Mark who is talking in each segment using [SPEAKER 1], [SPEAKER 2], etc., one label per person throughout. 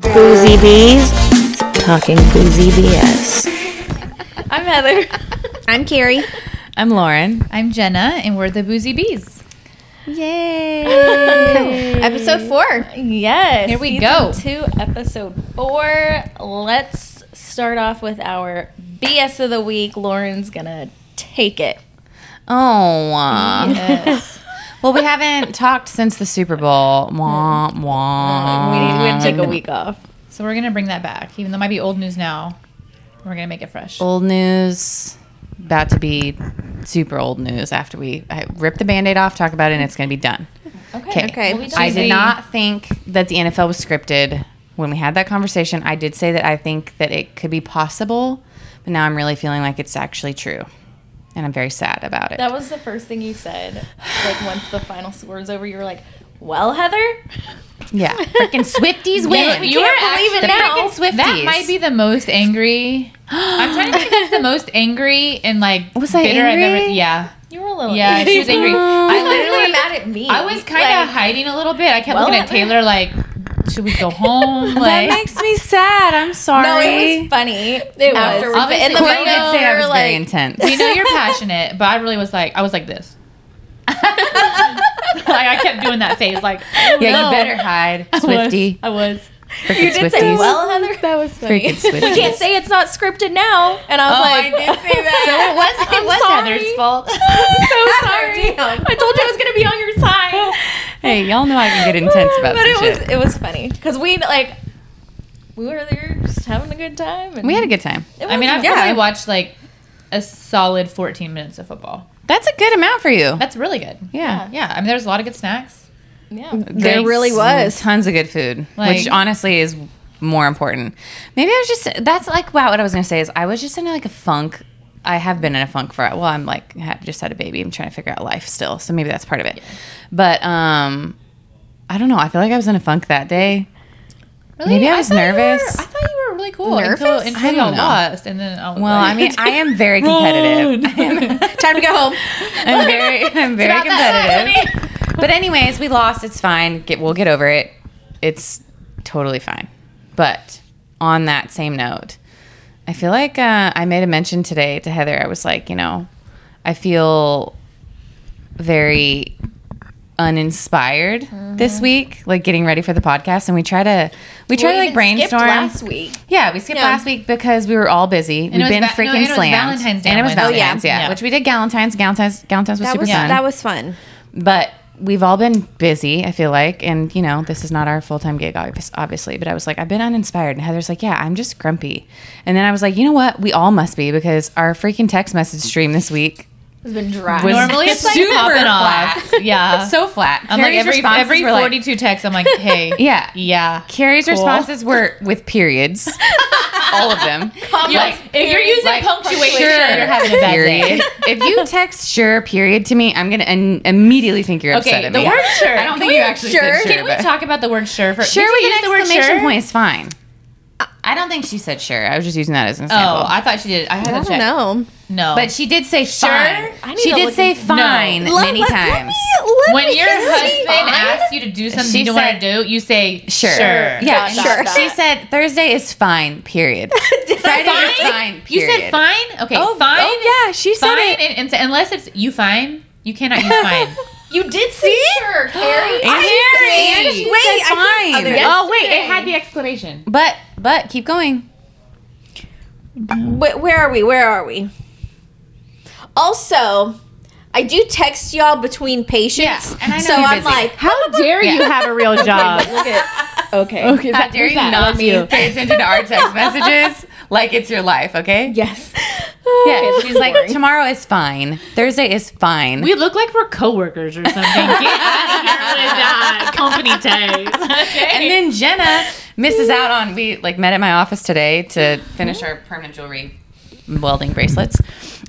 [SPEAKER 1] Boozy Bees talking boozy BS.
[SPEAKER 2] I'm Heather.
[SPEAKER 1] I'm Carrie.
[SPEAKER 3] I'm Lauren.
[SPEAKER 4] I'm Jenna, and we're the Boozy Bees.
[SPEAKER 2] Episode four. Yes.
[SPEAKER 4] Here we
[SPEAKER 2] season
[SPEAKER 4] go.
[SPEAKER 2] Two, episode four. Let's start off with our BS of the week. Lauren's gonna take it.
[SPEAKER 3] Oh, uh, well, we haven't talked since the Super Bowl. Wah, wah.
[SPEAKER 2] we need we have to take a week off.
[SPEAKER 4] So we're gonna bring that back, even though it might be old news now. We're gonna make it fresh.
[SPEAKER 3] Old news, about to be super old news. After we I rip the Band-Aid off, talk about it, and it's going to be done. Okay.
[SPEAKER 1] Okay.
[SPEAKER 3] I did not think that the NFL was scripted. When we had that conversation, I did say that I think that it could be possible, but now I'm really feeling like it's actually true. And I'm very sad about it.
[SPEAKER 2] That was the first thing you said. Like once the final score was over, you were like, "Well, Heather,
[SPEAKER 3] yeah. Freaking Swifties
[SPEAKER 2] win.
[SPEAKER 3] win.
[SPEAKER 2] You are actually-
[SPEAKER 3] the
[SPEAKER 2] freaking
[SPEAKER 3] Swifties.
[SPEAKER 4] That might be the most angry. I'm trying to think that's the most angry and like
[SPEAKER 3] Was I
[SPEAKER 4] bitter I've ever.
[SPEAKER 3] angry?
[SPEAKER 4] Yeah,
[SPEAKER 2] you were a little."
[SPEAKER 4] yeah, she was angry. I literally,
[SPEAKER 2] mad at me.
[SPEAKER 4] I was kind of hiding a little bit. I kept
[SPEAKER 2] Well,
[SPEAKER 4] looking at Taylor like, should we go home?
[SPEAKER 3] That
[SPEAKER 4] Like,
[SPEAKER 3] makes me sad. I'm sorry.
[SPEAKER 2] No, it was funny. It
[SPEAKER 3] Afterwards.
[SPEAKER 2] was. But in the moment,
[SPEAKER 4] Obviously, Quinn did
[SPEAKER 3] say
[SPEAKER 2] we
[SPEAKER 3] I
[SPEAKER 2] were
[SPEAKER 3] was very
[SPEAKER 2] like,
[SPEAKER 3] intense.
[SPEAKER 4] we know you're passionate, but I really was like, I was like this. like I kept doing that face, like
[SPEAKER 2] Oh,
[SPEAKER 3] yeah,
[SPEAKER 4] no.
[SPEAKER 3] you better hide,
[SPEAKER 4] was.
[SPEAKER 3] Swifty.
[SPEAKER 4] I was.
[SPEAKER 3] Freaking
[SPEAKER 2] You did say,
[SPEAKER 3] Swifties.
[SPEAKER 2] "Well, Heather, that was funny."
[SPEAKER 3] Freaking Swifties.
[SPEAKER 2] You can't say it's not scripted now. And I was
[SPEAKER 3] Oh,
[SPEAKER 2] like,
[SPEAKER 3] I did say that.
[SPEAKER 4] So it was. It
[SPEAKER 2] I'm
[SPEAKER 4] was
[SPEAKER 2] sorry.
[SPEAKER 4] Heather's fault.
[SPEAKER 2] so sorry. Oh, I told you I was gonna be on your side.
[SPEAKER 3] hey, y'all know I can get intense about
[SPEAKER 2] But
[SPEAKER 3] this
[SPEAKER 2] it was
[SPEAKER 3] shit.
[SPEAKER 2] it was funny because we like we were there just having a good time. And
[SPEAKER 3] we had a good time.
[SPEAKER 2] It
[SPEAKER 4] I mean, I've
[SPEAKER 2] was-
[SPEAKER 4] probably watched like a solid 14 minutes of football.
[SPEAKER 3] That's a good amount for you.
[SPEAKER 4] That's really good.
[SPEAKER 3] yeah.
[SPEAKER 4] Yeah. I mean, there's a lot of good snacks.
[SPEAKER 2] yeah.
[SPEAKER 1] There really was.
[SPEAKER 3] tons of good food,
[SPEAKER 4] Like-
[SPEAKER 3] which honestly is more important. Maybe I was just that's like wow. What I was gonna say is I was just in like a funk. I have been in a funk for well, I'm like had, just had a baby. I'm trying to figure out life still, so maybe that's part of it. But um, I don't know. I feel like I was in a funk that day.
[SPEAKER 4] Really?
[SPEAKER 3] Maybe I was
[SPEAKER 4] thought you were-
[SPEAKER 3] nervous.
[SPEAKER 4] I thought you were really cool. Until,
[SPEAKER 1] Nervous?
[SPEAKER 4] until
[SPEAKER 3] I don't
[SPEAKER 4] y'all
[SPEAKER 3] know.
[SPEAKER 4] lost. And then I was
[SPEAKER 3] Well, I
[SPEAKER 4] like,
[SPEAKER 3] mean, I am very competitive. I am,
[SPEAKER 1] Time to go home.
[SPEAKER 3] I'm very, I'm very
[SPEAKER 4] about that
[SPEAKER 3] competitive. But anyways, we lost. It's fine. Get, we'll get over it. It's totally fine. But on that same note, I feel like uh, I made a mention today to Heather. I was like, you know, I feel very uninspired this week, like getting ready for the podcast. And we try to, we try
[SPEAKER 2] We
[SPEAKER 3] to like
[SPEAKER 2] even skipped
[SPEAKER 3] brainstorm.
[SPEAKER 2] last week.
[SPEAKER 3] Yeah, we skipped
[SPEAKER 2] Yeah.
[SPEAKER 3] last week because we were all busy.
[SPEAKER 4] it
[SPEAKER 3] We've
[SPEAKER 4] was
[SPEAKER 3] been
[SPEAKER 4] Va- no,
[SPEAKER 3] freaking
[SPEAKER 4] it was
[SPEAKER 3] slammed.
[SPEAKER 4] Valentine's Day
[SPEAKER 3] And it
[SPEAKER 4] on
[SPEAKER 3] was
[SPEAKER 4] Wednesday.
[SPEAKER 3] Valentine's,
[SPEAKER 4] Oh,
[SPEAKER 3] yeah.
[SPEAKER 4] yeah. Yeah.
[SPEAKER 3] Which we did Galentine's. Galentine's, Galentine's was
[SPEAKER 1] That
[SPEAKER 3] super
[SPEAKER 1] was
[SPEAKER 3] fun.
[SPEAKER 1] that was fun.
[SPEAKER 3] but we've all been busy, I feel like. And, you know, this is not our full time gig, obvi- obviously. But I was like, I've been uninspired. And Heather's like, yeah, I'm just grumpy. And then I was like, you know what? We all must be because our freaking text message stream this week
[SPEAKER 2] It's been dry.
[SPEAKER 3] was
[SPEAKER 4] normally it's like
[SPEAKER 3] super
[SPEAKER 4] popping
[SPEAKER 3] flat.
[SPEAKER 4] off. Yeah.
[SPEAKER 3] so flat.
[SPEAKER 4] I'm like
[SPEAKER 3] Carrie's
[SPEAKER 4] every,
[SPEAKER 3] responses
[SPEAKER 4] every
[SPEAKER 3] were like-
[SPEAKER 4] 42 texts, I'm like, hey.
[SPEAKER 3] yeah.
[SPEAKER 4] Yeah.
[SPEAKER 3] Carrie's responses were with periods, all of them.
[SPEAKER 4] You're like, if you're using
[SPEAKER 3] Like,
[SPEAKER 4] punctuation,
[SPEAKER 3] sure,
[SPEAKER 4] you're having a bad
[SPEAKER 3] period.
[SPEAKER 4] day.
[SPEAKER 3] if you text sure period to me, I'm gonna an- immediately think you're upset
[SPEAKER 4] Okay,
[SPEAKER 3] at
[SPEAKER 4] the
[SPEAKER 3] me.
[SPEAKER 4] word sure.
[SPEAKER 3] I don't think you actually said sure,
[SPEAKER 4] Can we
[SPEAKER 3] but-
[SPEAKER 4] talk about the word sure for
[SPEAKER 3] Sure
[SPEAKER 4] Did
[SPEAKER 3] with
[SPEAKER 4] you
[SPEAKER 3] an
[SPEAKER 4] use the word
[SPEAKER 3] exclamation
[SPEAKER 4] sure?
[SPEAKER 3] point is fine. I don't think she said sure. I was just using that as an example.
[SPEAKER 4] Oh, I thought she did. I had
[SPEAKER 1] I
[SPEAKER 4] to
[SPEAKER 1] don't
[SPEAKER 4] check.
[SPEAKER 1] know.
[SPEAKER 4] No,
[SPEAKER 3] but she did say sure.
[SPEAKER 2] I
[SPEAKER 3] Fine.
[SPEAKER 2] need
[SPEAKER 3] She
[SPEAKER 2] to
[SPEAKER 3] did
[SPEAKER 2] look
[SPEAKER 3] say
[SPEAKER 2] into-
[SPEAKER 3] fine
[SPEAKER 4] No.
[SPEAKER 3] many times.
[SPEAKER 4] when your husband asks you to do something
[SPEAKER 3] She
[SPEAKER 4] you don't want to do, you say
[SPEAKER 3] Sure.
[SPEAKER 4] sure.
[SPEAKER 3] Yeah.
[SPEAKER 2] Dot, dot, dot.
[SPEAKER 3] She said Thursday is fine. Period. Friday is fine.
[SPEAKER 4] You
[SPEAKER 3] Period.
[SPEAKER 4] said fine. Okay,
[SPEAKER 3] Oh,
[SPEAKER 4] fine.
[SPEAKER 3] oh, yeah, she said
[SPEAKER 4] fine.
[SPEAKER 3] it.
[SPEAKER 4] And, and so- unless it's you fine, you cannot use fine.
[SPEAKER 2] you did see sure, Carrie.
[SPEAKER 3] And
[SPEAKER 1] Carrie.
[SPEAKER 3] She
[SPEAKER 1] Wait, I
[SPEAKER 3] said fine.
[SPEAKER 1] think others-
[SPEAKER 4] oh wait, it had the exclamation.
[SPEAKER 3] Oh, But but keep going.
[SPEAKER 2] Wait, where are we? Where are we? Also, I do text y'all between patients,
[SPEAKER 3] and I know
[SPEAKER 2] so
[SPEAKER 3] you're
[SPEAKER 2] I'm
[SPEAKER 3] busy.
[SPEAKER 2] like,
[SPEAKER 4] How dare you have a real job?
[SPEAKER 2] okay, okay,
[SPEAKER 3] How dare you not be pay attention to our text messages like it's your life, okay?
[SPEAKER 2] yes,
[SPEAKER 3] Yeah, she's like, tomorrow is fine. Thursday is fine.
[SPEAKER 4] We look like we're coworkers or something. Get out of here with that company text. Okay.
[SPEAKER 3] and then Jenna misses out on we like met at my office today to finish our permanent jewelry welding bracelets.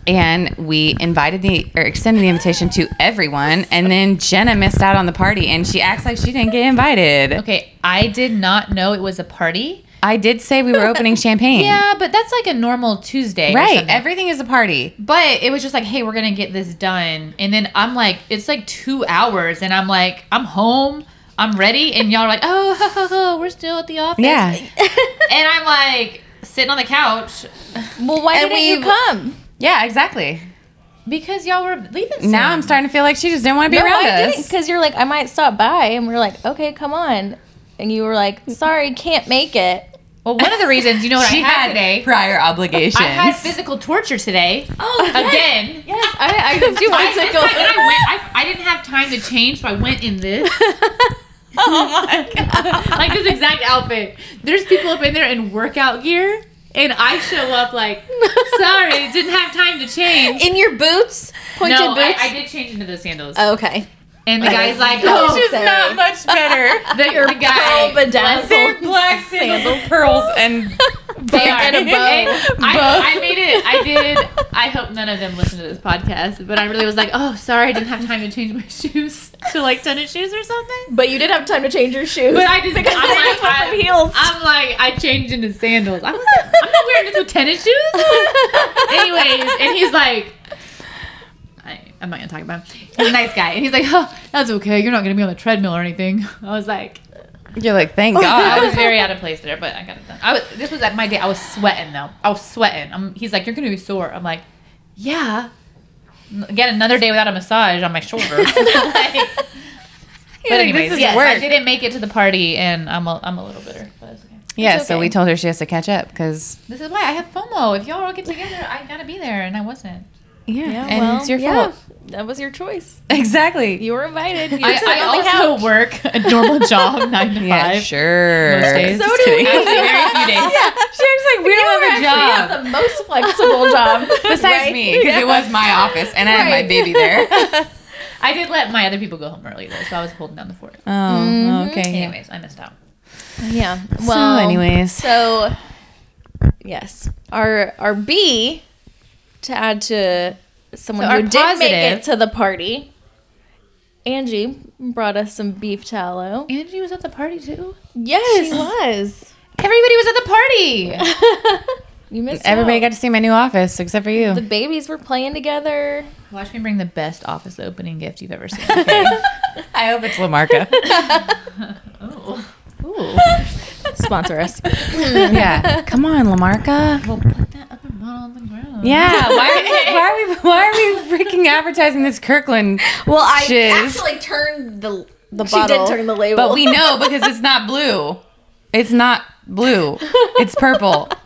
[SPEAKER 3] And we invited the or extended the invitation to everyone, and then Jenna missed out on the party, and she acts like she didn't get invited.
[SPEAKER 4] okay, I did not know it was a party.
[SPEAKER 3] I did say we were opening champagne.
[SPEAKER 4] Yeah, but that's like a normal Tuesday, or
[SPEAKER 3] right.
[SPEAKER 4] something.
[SPEAKER 3] Everything is a party.
[SPEAKER 4] But it was just like, hey, we're gonna get this done, and then I'm like, it's like two hours, and I'm like, I'm home. I'm ready, and y'all are like, oh, ho, ho, ho, we're still at the office.
[SPEAKER 3] Yeah.
[SPEAKER 4] And I'm like sitting on the couch
[SPEAKER 2] well, why
[SPEAKER 1] And
[SPEAKER 2] didn't you
[SPEAKER 1] we've-
[SPEAKER 2] come?
[SPEAKER 3] Yeah, exactly.
[SPEAKER 4] because y'all were leaving. soon.
[SPEAKER 3] Now I'm starting to feel like she just didn't want to be
[SPEAKER 2] No,
[SPEAKER 3] around
[SPEAKER 2] I didn't,
[SPEAKER 3] us.
[SPEAKER 2] because you're like, I might stop by, and we're like, okay, come on, and you were like, sorry, can't make it.
[SPEAKER 4] Well, one of the reasons, you know what
[SPEAKER 3] She
[SPEAKER 4] I had,
[SPEAKER 3] had
[SPEAKER 4] today?
[SPEAKER 3] prior obligations.
[SPEAKER 4] I had physical torture today.
[SPEAKER 2] Oh,
[SPEAKER 4] Again.
[SPEAKER 2] yes, I, I could do
[SPEAKER 4] I, this time
[SPEAKER 2] bicycle.
[SPEAKER 4] I, went, I, I didn't have time to change, so I went in this.
[SPEAKER 3] oh my god.
[SPEAKER 4] like this exact outfit. There's people up in there in workout gear, and I show up like, sorry, didn't have time to change.
[SPEAKER 1] In your boots? Pointed
[SPEAKER 4] no, I,
[SPEAKER 1] boots?
[SPEAKER 4] I did change into the sandals,
[SPEAKER 2] Oh,
[SPEAKER 1] okay.
[SPEAKER 4] and the guy's like,
[SPEAKER 1] That was
[SPEAKER 4] oh,
[SPEAKER 1] just not
[SPEAKER 3] much better.
[SPEAKER 4] the, the guy.
[SPEAKER 2] pearl bedazzled
[SPEAKER 4] They're
[SPEAKER 3] black sandal pearls and
[SPEAKER 4] And
[SPEAKER 2] a bow.
[SPEAKER 4] Eh, I, I made it. I did. I hope none of them listen to this podcast, but I really was like, oh, sorry, I didn't have time to change my shoes to like tennis shoes or something.
[SPEAKER 2] But you did have time to change your shoes.
[SPEAKER 4] But I just,
[SPEAKER 2] because
[SPEAKER 4] I'm
[SPEAKER 2] they
[SPEAKER 4] like,
[SPEAKER 2] just went
[SPEAKER 4] I,
[SPEAKER 2] from heels.
[SPEAKER 4] I'm like, I changed into sandals. I was like, I'm not wearing this with tennis shoes. Anyways, and he's like, I, I'm not gonna talk about him. He's a nice guy, and he's like, oh, that's okay. You're not gonna be on the treadmill or anything. I was like,
[SPEAKER 3] You're like, thank
[SPEAKER 4] I
[SPEAKER 3] God.
[SPEAKER 4] was very out of place there, but I got it done. I was, this was at my day. I was sweating though. I was sweating. i he's like, you're gonna be sore. I'm like, yeah. Again, another day without a massage on my shoulder. Like, but anyways, yes, I
[SPEAKER 3] work.
[SPEAKER 4] didn't make it to the party, and I'm a, I'm a little bitter. But it's okay.
[SPEAKER 3] Yeah,
[SPEAKER 2] It's
[SPEAKER 3] so
[SPEAKER 2] okay.
[SPEAKER 3] we told her she has to catch up because
[SPEAKER 4] This is why I have FOMO. If y'all all get together, I gotta be there, and I wasn't.
[SPEAKER 3] yeah,
[SPEAKER 2] Yeah,
[SPEAKER 3] and
[SPEAKER 2] well,
[SPEAKER 3] it's your
[SPEAKER 2] yeah,
[SPEAKER 3] fault.
[SPEAKER 2] That was your choice.
[SPEAKER 3] Exactly.
[SPEAKER 2] You were invited. You
[SPEAKER 4] I,
[SPEAKER 2] just
[SPEAKER 4] I
[SPEAKER 2] sat on the
[SPEAKER 4] also
[SPEAKER 2] couch.
[SPEAKER 4] work a normal job, nine to
[SPEAKER 3] yeah,
[SPEAKER 4] five.
[SPEAKER 3] sure.
[SPEAKER 4] Most days.
[SPEAKER 3] Just
[SPEAKER 2] So do
[SPEAKER 3] kidding.
[SPEAKER 2] we.
[SPEAKER 4] Actually, very few days.
[SPEAKER 3] yeah, she was like, we
[SPEAKER 2] You
[SPEAKER 3] don't
[SPEAKER 2] actually
[SPEAKER 3] have a
[SPEAKER 2] have
[SPEAKER 3] job
[SPEAKER 2] the most flexible job.
[SPEAKER 3] besides
[SPEAKER 2] right?
[SPEAKER 3] me because it was my office and I had
[SPEAKER 2] Right.
[SPEAKER 3] my baby there. Oh,
[SPEAKER 4] I did let my other people go home early though, so I was holding down the fort.
[SPEAKER 3] Oh, okay.
[SPEAKER 4] Anyways, I missed out.
[SPEAKER 2] Yeah.
[SPEAKER 3] Well, so, anyways,
[SPEAKER 2] So, yes, our our B to add to someone
[SPEAKER 4] So our
[SPEAKER 2] who did make
[SPEAKER 4] positive-
[SPEAKER 2] it to the party. Angie brought us some beef tallow.
[SPEAKER 4] Angie was at the party too.
[SPEAKER 2] Yes, she was.
[SPEAKER 4] Everybody was at the party.
[SPEAKER 2] You missed.
[SPEAKER 3] everybody
[SPEAKER 2] out.
[SPEAKER 3] got to see my new office except for you.
[SPEAKER 2] the babies were playing together.
[SPEAKER 4] Watch me bring the best office opening gift you've ever seen.
[SPEAKER 3] I hope it's Lamarca.
[SPEAKER 4] oh. Ooh.
[SPEAKER 2] Sponsor us.
[SPEAKER 3] yeah, come on, Lamarca.
[SPEAKER 4] Well, put that other bottle on the ground.
[SPEAKER 3] Yeah, why, why are we why are we freaking advertising this Kirkland?
[SPEAKER 1] Well, I
[SPEAKER 3] Shiz.
[SPEAKER 1] actually turned the the
[SPEAKER 2] she
[SPEAKER 1] bottle.
[SPEAKER 2] did turn the label.
[SPEAKER 3] But we know because it's not blue. It's not blue. It's purple.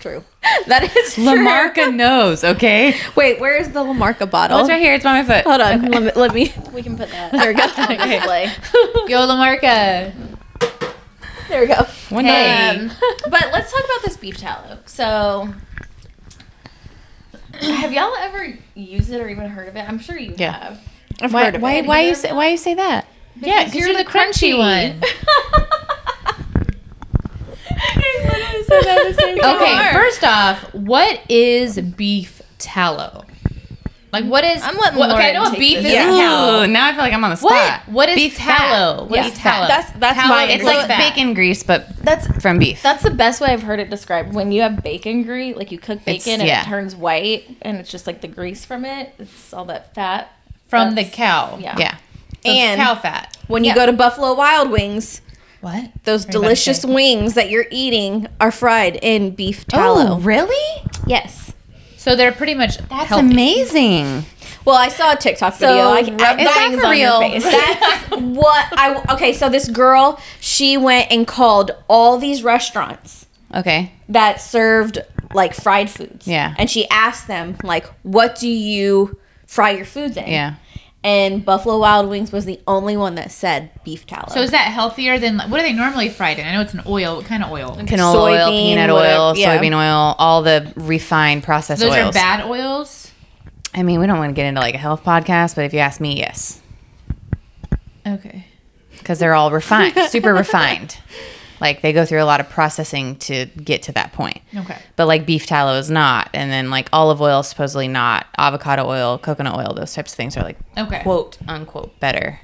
[SPEAKER 2] true.
[SPEAKER 1] that is true.
[SPEAKER 3] Lamarca knows, okay?
[SPEAKER 1] Wait, where is the Lamarca bottle?
[SPEAKER 3] Oh, it's right here. It's by my foot.
[SPEAKER 1] Hold on. Let, me, let me.
[SPEAKER 2] We can put that.
[SPEAKER 1] There we go.
[SPEAKER 2] on display.
[SPEAKER 4] Yo, Lamarca.
[SPEAKER 2] There we go.
[SPEAKER 3] One day.
[SPEAKER 2] Um, but let's talk about this beef tallow. So, have y'all ever used it or even heard of it? I'm sure you
[SPEAKER 3] Yeah.
[SPEAKER 2] have.
[SPEAKER 1] I've
[SPEAKER 3] Why,
[SPEAKER 1] heard of
[SPEAKER 3] why,
[SPEAKER 1] it.
[SPEAKER 3] why, you say, why you say that?
[SPEAKER 4] Yeah, 'cause you're the crunchy one. Okay,
[SPEAKER 2] are.
[SPEAKER 4] first off, what is beef tallow? Like, what is?
[SPEAKER 2] I'm letting
[SPEAKER 4] what, okay, I
[SPEAKER 2] Lauren
[SPEAKER 4] know what
[SPEAKER 2] take
[SPEAKER 4] beef
[SPEAKER 2] this.
[SPEAKER 4] is.
[SPEAKER 2] Yeah.
[SPEAKER 4] and tallow.
[SPEAKER 3] Ooh, now I feel like I'm on the spot.
[SPEAKER 4] What? What is
[SPEAKER 3] beef fat.
[SPEAKER 4] tallow? What
[SPEAKER 2] Yeah.
[SPEAKER 4] is tallow?
[SPEAKER 1] That's- that's
[SPEAKER 4] tallow
[SPEAKER 1] my
[SPEAKER 4] is
[SPEAKER 3] It's like
[SPEAKER 4] fat.
[SPEAKER 3] bacon grease, but
[SPEAKER 2] That's
[SPEAKER 3] from beef.
[SPEAKER 2] that's the best way I've heard it described. When you have bacon grease, like you cook
[SPEAKER 3] It's-
[SPEAKER 2] bacon and
[SPEAKER 3] yeah.
[SPEAKER 2] it turns white, and it's just like the grease from it. It's all that fat
[SPEAKER 4] from the
[SPEAKER 2] That's-
[SPEAKER 4] cow.
[SPEAKER 2] Yeah.
[SPEAKER 3] yeah.
[SPEAKER 4] So it's
[SPEAKER 1] And-
[SPEAKER 4] cow fat.
[SPEAKER 1] When you
[SPEAKER 2] Yeah.
[SPEAKER 1] go to Buffalo Wild Wings,
[SPEAKER 4] What?
[SPEAKER 1] those delicious wings that you're eating are fried in beef tallow.
[SPEAKER 3] Oh, really?
[SPEAKER 2] Yes.
[SPEAKER 4] So they're pretty much
[SPEAKER 3] That's
[SPEAKER 4] healthy.
[SPEAKER 3] amazing.
[SPEAKER 1] Well, I saw a TikTok video. I,
[SPEAKER 2] rub
[SPEAKER 1] I,
[SPEAKER 3] that
[SPEAKER 1] that's
[SPEAKER 3] for real?
[SPEAKER 1] That's what I. Okay, so this girl, she went and called all these restaurants
[SPEAKER 3] Okay.
[SPEAKER 1] that served like fried foods.
[SPEAKER 3] Yeah.
[SPEAKER 1] And she asked them, like, what do you fry your foods in?
[SPEAKER 3] Yeah.
[SPEAKER 1] And Buffalo Wild Wings was the only one that said beef tallow.
[SPEAKER 4] So is that healthier than what are they normally fried in? I know it's an oil. What kind of oil?
[SPEAKER 3] Canola oil,
[SPEAKER 1] Soybean,
[SPEAKER 3] peanut
[SPEAKER 1] whatever-
[SPEAKER 3] oil,
[SPEAKER 1] yeah.
[SPEAKER 3] soybean oil, all the refined processed
[SPEAKER 4] Those
[SPEAKER 3] oils.
[SPEAKER 4] are bad oils.
[SPEAKER 3] I mean, we don't want to get into like a health podcast, but if you ask me, yes,
[SPEAKER 4] Okay.
[SPEAKER 3] because they're all refined, super refined. Like they go through a lot of processing to get to that point.
[SPEAKER 4] Okay.
[SPEAKER 3] But like beef tallow is not, and then like olive oil is supposedly not, avocado oil, coconut oil, those types of things are like
[SPEAKER 4] Okay.
[SPEAKER 3] quote unquote Mm. better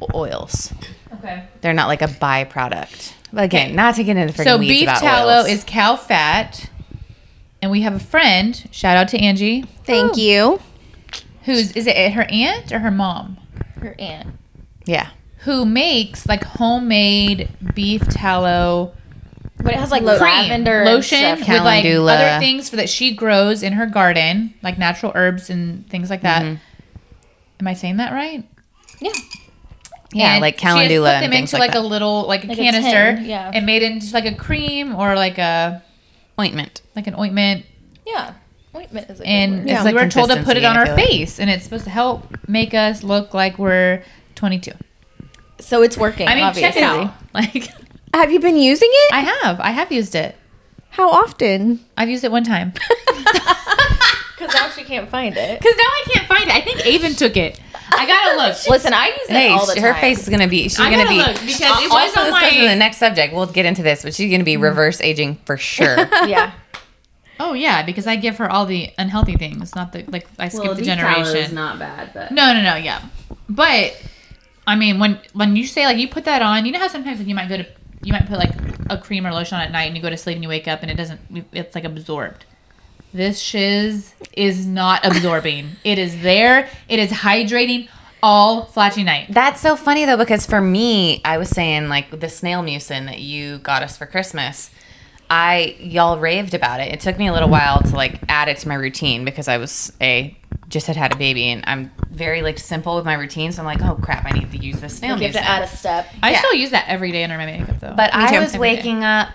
[SPEAKER 3] o- oils.
[SPEAKER 4] okay.
[SPEAKER 3] They're not like a byproduct. But again, not to get into freaking
[SPEAKER 4] So
[SPEAKER 3] weeds
[SPEAKER 4] beef
[SPEAKER 3] about
[SPEAKER 4] tallow
[SPEAKER 3] oils.
[SPEAKER 4] is cow fat, and we have a friend. Shout out to Angie.
[SPEAKER 1] Thank you.
[SPEAKER 4] Who's is it? Her aunt or her mom?
[SPEAKER 2] Her aunt.
[SPEAKER 3] yeah.
[SPEAKER 4] who makes like homemade beef tallow
[SPEAKER 1] But it has like
[SPEAKER 4] cream,
[SPEAKER 1] lavender
[SPEAKER 4] lotion
[SPEAKER 1] and
[SPEAKER 4] with
[SPEAKER 1] stuff.
[SPEAKER 4] like
[SPEAKER 3] calendula.
[SPEAKER 4] other things for that she grows in her garden, like natural herbs and things like that.
[SPEAKER 3] Mm-hmm.
[SPEAKER 4] Am I saying that right?
[SPEAKER 1] Yeah.
[SPEAKER 3] Yeah,
[SPEAKER 4] And
[SPEAKER 3] like
[SPEAKER 4] she has put
[SPEAKER 3] calendula and
[SPEAKER 4] them
[SPEAKER 3] things
[SPEAKER 4] into
[SPEAKER 3] like
[SPEAKER 4] like,
[SPEAKER 3] that.
[SPEAKER 4] a little like a
[SPEAKER 1] Like a tin,
[SPEAKER 4] canister,
[SPEAKER 1] yeah.
[SPEAKER 4] and made into like a cream or like a
[SPEAKER 3] Ointment.
[SPEAKER 4] like an ointment.
[SPEAKER 2] Yeah. Ointment is a good
[SPEAKER 4] And
[SPEAKER 2] word.
[SPEAKER 3] It's
[SPEAKER 4] we
[SPEAKER 3] like
[SPEAKER 4] were told to put
[SPEAKER 3] consistency,
[SPEAKER 4] it on
[SPEAKER 3] I
[SPEAKER 4] our
[SPEAKER 3] feel like.
[SPEAKER 4] face, and it's supposed to help make us look like we're 22.
[SPEAKER 1] So it's working.
[SPEAKER 4] I mean, check
[SPEAKER 1] obviously.
[SPEAKER 4] it out. Like
[SPEAKER 1] Have you been using it?
[SPEAKER 4] I have, I have used it.
[SPEAKER 1] How often?
[SPEAKER 4] I've used it one time.
[SPEAKER 2] Because now she can't find it.
[SPEAKER 4] Because now I can't find it. I think Avon took it. I gotta look.
[SPEAKER 1] Listen, I use it
[SPEAKER 3] Hey,
[SPEAKER 1] all the time.
[SPEAKER 3] her face is gonna be. She's
[SPEAKER 4] I
[SPEAKER 3] gonna
[SPEAKER 4] gotta
[SPEAKER 3] be.
[SPEAKER 4] look, because it was
[SPEAKER 3] also,
[SPEAKER 4] on
[SPEAKER 3] this goes to
[SPEAKER 4] my-
[SPEAKER 3] the next subject. We'll get into this, but she's gonna be reverse aging for sure.
[SPEAKER 1] Yeah.
[SPEAKER 4] Oh yeah, because I give her all the unhealthy things, not the like I skip the generation.
[SPEAKER 5] not bad, but
[SPEAKER 4] no, no, no, yeah. But I mean, when when you say like you put that on, you know how sometimes like you might go to you might put like a cream or lotion on at night, and you go to sleep and you wake up and it doesn't it's like absorbed. This shiz is not absorbing. it is there. It is hydrating all flashy night.
[SPEAKER 3] That's so funny though, because for me, I was saying like the snail mucin that you got us for Christmas. I y'all raved about it. It took me a little while to like add it to my routine because I was a just had had a baby and I'm very like simple with my routine. So I'm like, oh crap, I need to use this snail
[SPEAKER 1] You have
[SPEAKER 3] mucin.
[SPEAKER 1] to add a step.
[SPEAKER 4] I
[SPEAKER 3] Yeah.
[SPEAKER 4] still use that every day under my makeup though.
[SPEAKER 3] But
[SPEAKER 4] Me
[SPEAKER 3] I
[SPEAKER 4] too.
[SPEAKER 3] was
[SPEAKER 4] Every day.
[SPEAKER 3] waking up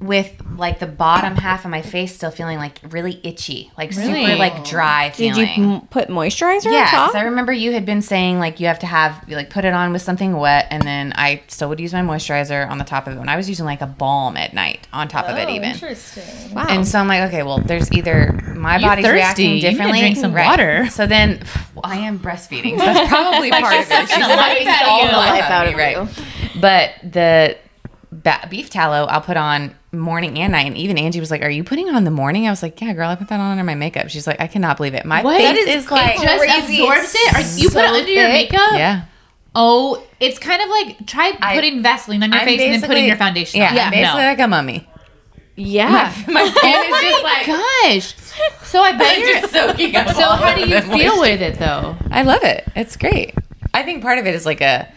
[SPEAKER 3] with like the bottom half of my face still feeling like really itchy, like super
[SPEAKER 4] Really?
[SPEAKER 3] like dry
[SPEAKER 1] Did
[SPEAKER 3] feeling.
[SPEAKER 1] you m- put moisturizer
[SPEAKER 3] Yeah,
[SPEAKER 1] on
[SPEAKER 3] because I
[SPEAKER 1] top?
[SPEAKER 3] remember you had been saying like you have to have you, like put it on with something wet, and then I still would use my moisturizer on the top of it. When I was using like a balm at night on top of it, even.
[SPEAKER 2] Interesting.
[SPEAKER 1] Wow.
[SPEAKER 3] And so I'm like, okay, well, there's either my
[SPEAKER 4] You
[SPEAKER 3] body's
[SPEAKER 4] Oh. thirsty.
[SPEAKER 3] reacting
[SPEAKER 4] You need to
[SPEAKER 3] differently.
[SPEAKER 4] drink some water.
[SPEAKER 3] So then, well, I am breastfeeding. So that's probably part of it. She's
[SPEAKER 4] the life
[SPEAKER 3] sucking
[SPEAKER 4] out of
[SPEAKER 3] all
[SPEAKER 4] you.
[SPEAKER 3] the life out of
[SPEAKER 1] of
[SPEAKER 3] me, right? But the ba- beef tallow I'll put on morning and night. And even Angie was like, "Are you putting it on the morning?" I was like, "Yeah, girl, I put that on under my makeup." She's like, "I cannot believe it. My
[SPEAKER 4] That
[SPEAKER 3] face
[SPEAKER 4] is,
[SPEAKER 3] is like."
[SPEAKER 4] it just
[SPEAKER 1] crazy.
[SPEAKER 4] absorbs it. Are you put it
[SPEAKER 2] so
[SPEAKER 4] under your
[SPEAKER 2] thick.
[SPEAKER 4] makeup?
[SPEAKER 3] yeah.
[SPEAKER 4] Oh, it's kind of like try
[SPEAKER 3] I-
[SPEAKER 4] putting Vaseline on your
[SPEAKER 3] I'm
[SPEAKER 4] face and then putting
[SPEAKER 3] basically-
[SPEAKER 4] your foundation.
[SPEAKER 3] Yeah,
[SPEAKER 4] on.
[SPEAKER 3] I'm basically like a mummy.
[SPEAKER 1] yeah.
[SPEAKER 3] My skin is just like
[SPEAKER 4] Oh Gosh. So I bet you're. So
[SPEAKER 3] soaking up. all
[SPEAKER 4] how do
[SPEAKER 3] of
[SPEAKER 4] you
[SPEAKER 3] the
[SPEAKER 4] feel
[SPEAKER 3] moisture.
[SPEAKER 4] with it though?
[SPEAKER 3] I love it. It's great. I think part of it is like a.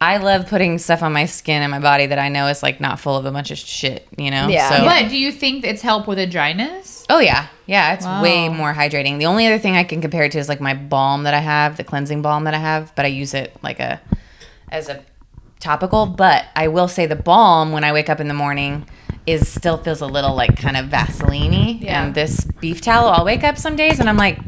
[SPEAKER 3] I love putting stuff on my skin and my body that I know is like not full of a bunch of shit. You know.
[SPEAKER 1] Yeah.
[SPEAKER 3] So,
[SPEAKER 4] But do you think it's help with a dryness?
[SPEAKER 3] Oh yeah, yeah. It's
[SPEAKER 4] Wow.
[SPEAKER 3] way more hydrating. The only other thing I can compare it to is like my balm that I have, the cleansing balm that I have, but I use it like a as a topical. But I will say the balm when I wake up in the morning is still feels a little like kind of Vaseline-y.
[SPEAKER 4] Yeah.
[SPEAKER 3] And this beef tallow, I'll wake up some days and I'm like.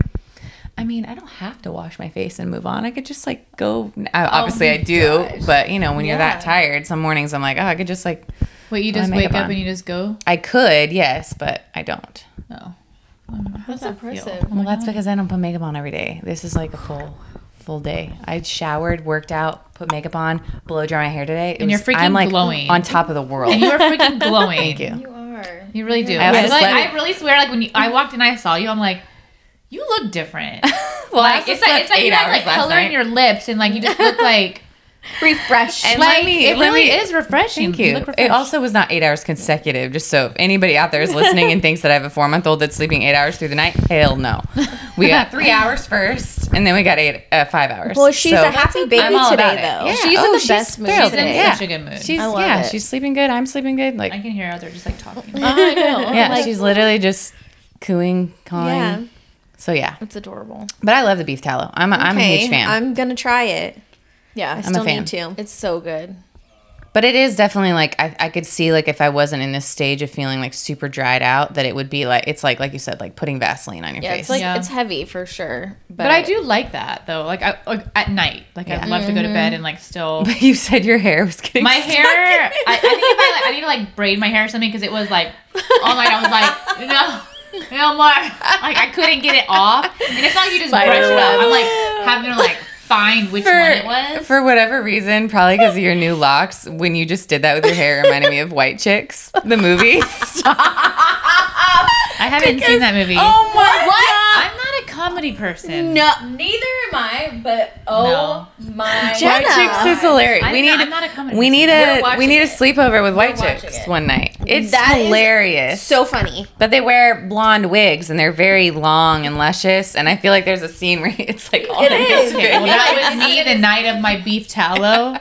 [SPEAKER 3] I mean, I don't have to wash my face and move on. I could just like go. I,
[SPEAKER 4] Oh
[SPEAKER 3] obviously, I do, but you know, when you're that tired, some mornings I'm like, oh, I could just like,
[SPEAKER 4] Wait, you
[SPEAKER 3] Well,
[SPEAKER 4] just
[SPEAKER 3] I
[SPEAKER 4] wake
[SPEAKER 3] makeup
[SPEAKER 4] up
[SPEAKER 3] on.
[SPEAKER 4] and you just go.
[SPEAKER 3] I could, yes, but I don't.
[SPEAKER 4] Oh.
[SPEAKER 2] That's impressive.
[SPEAKER 3] Well, that's because I don't put makeup on every day. This is like a full, full day. I showered, worked out, put makeup on, blow dry my hair today. It
[SPEAKER 4] And you're freaking
[SPEAKER 3] I'm like
[SPEAKER 4] glowing.
[SPEAKER 3] on top of the world.
[SPEAKER 4] And you are freaking glowing.
[SPEAKER 3] Thank you.
[SPEAKER 2] You are.
[SPEAKER 4] You really do.
[SPEAKER 3] I
[SPEAKER 4] I,
[SPEAKER 3] was
[SPEAKER 4] like,
[SPEAKER 3] just like-
[SPEAKER 4] I really swear, like when you, I walked in, I saw you. I'm like, you look different.
[SPEAKER 3] well,
[SPEAKER 4] Like, it's like it's like you had like color in your lips and like you just look like
[SPEAKER 1] Refresh.
[SPEAKER 3] And
[SPEAKER 4] like
[SPEAKER 3] let me-
[SPEAKER 4] it
[SPEAKER 3] let
[SPEAKER 4] really
[SPEAKER 3] me-
[SPEAKER 4] is refreshing.
[SPEAKER 3] Thank you.
[SPEAKER 4] look
[SPEAKER 3] It
[SPEAKER 4] refreshed.
[SPEAKER 3] also was not eight hours consecutive. Just so if anybody out there is listening and thinks that I have a four month old that's sleeping eight hours through the night, hell no. We got three hours first, and then we got eight, uh, five hours.
[SPEAKER 1] Well, she's
[SPEAKER 3] So-
[SPEAKER 1] a happy baby
[SPEAKER 3] I'm all
[SPEAKER 1] today,
[SPEAKER 3] about it.
[SPEAKER 1] though.
[SPEAKER 3] Yeah.
[SPEAKER 1] She's
[SPEAKER 3] Oh,
[SPEAKER 1] in the best mood
[SPEAKER 3] thrilled.
[SPEAKER 1] today.
[SPEAKER 4] Yeah. She's in such a good mood.
[SPEAKER 3] She's
[SPEAKER 1] I love
[SPEAKER 3] yeah,
[SPEAKER 1] it.
[SPEAKER 3] she's sleeping good. I'm sleeping good. Like
[SPEAKER 4] I can hear her out there just like talking.
[SPEAKER 2] I know.
[SPEAKER 3] Yeah,
[SPEAKER 2] Like,
[SPEAKER 3] she's literally just cooing, calling.
[SPEAKER 1] Yeah.
[SPEAKER 3] So yeah,
[SPEAKER 2] it's adorable.
[SPEAKER 3] but I love the beef tallow. I'm a, I'm a huge
[SPEAKER 1] Okay,
[SPEAKER 3] fan.
[SPEAKER 1] I'm gonna try it. I
[SPEAKER 2] Yeah.
[SPEAKER 1] still
[SPEAKER 3] fan.
[SPEAKER 1] need to.
[SPEAKER 2] It's so good.
[SPEAKER 3] but it is definitely like I, I could see like if I wasn't in this stage of feeling like super dried out, that it would be like it's like like you said like putting Vaseline on your
[SPEAKER 2] Yeah,
[SPEAKER 3] face.
[SPEAKER 2] it's like
[SPEAKER 4] Yeah.
[SPEAKER 2] it's heavy for sure. But,
[SPEAKER 4] But I do like that though. Like, I, like at night, like I love to go to bed and like still
[SPEAKER 3] but you said your hair was getting
[SPEAKER 4] my hair. I, I think if I like, I need to like braid my hair or something because it was like all night. I was like, no. No more. Like I couldn't get it off, and it's not like you just brush it up. I'm like having to like find which one it
[SPEAKER 3] for,
[SPEAKER 4] was.
[SPEAKER 3] for whatever reason, probably because of your new locks. When you just did that with your hair, it reminded me of White Chicks, the movie.
[SPEAKER 4] I haven't seen that movie.
[SPEAKER 1] Oh my
[SPEAKER 4] I'm not a comedy person.
[SPEAKER 1] No,
[SPEAKER 2] neither am I, but oh my
[SPEAKER 1] Jenna.
[SPEAKER 3] White Chicks is hilarious.
[SPEAKER 4] I'm
[SPEAKER 3] we
[SPEAKER 4] not-
[SPEAKER 3] need
[SPEAKER 4] I'm not a comedy
[SPEAKER 3] we
[SPEAKER 4] person.
[SPEAKER 3] need
[SPEAKER 2] We're
[SPEAKER 3] a we
[SPEAKER 2] watching
[SPEAKER 3] need a
[SPEAKER 2] it.
[SPEAKER 3] sleepover with White
[SPEAKER 2] watching
[SPEAKER 3] Chicks
[SPEAKER 2] it.
[SPEAKER 3] one night. It's
[SPEAKER 1] That is
[SPEAKER 3] hilarious.
[SPEAKER 1] so funny.
[SPEAKER 3] but they wear blonde wigs and they're very long and luscious. And I feel like there's a scene where it's like all
[SPEAKER 1] It
[SPEAKER 3] of
[SPEAKER 1] is.
[SPEAKER 3] this.
[SPEAKER 4] Okay, well, that was me the night of my beef tallow.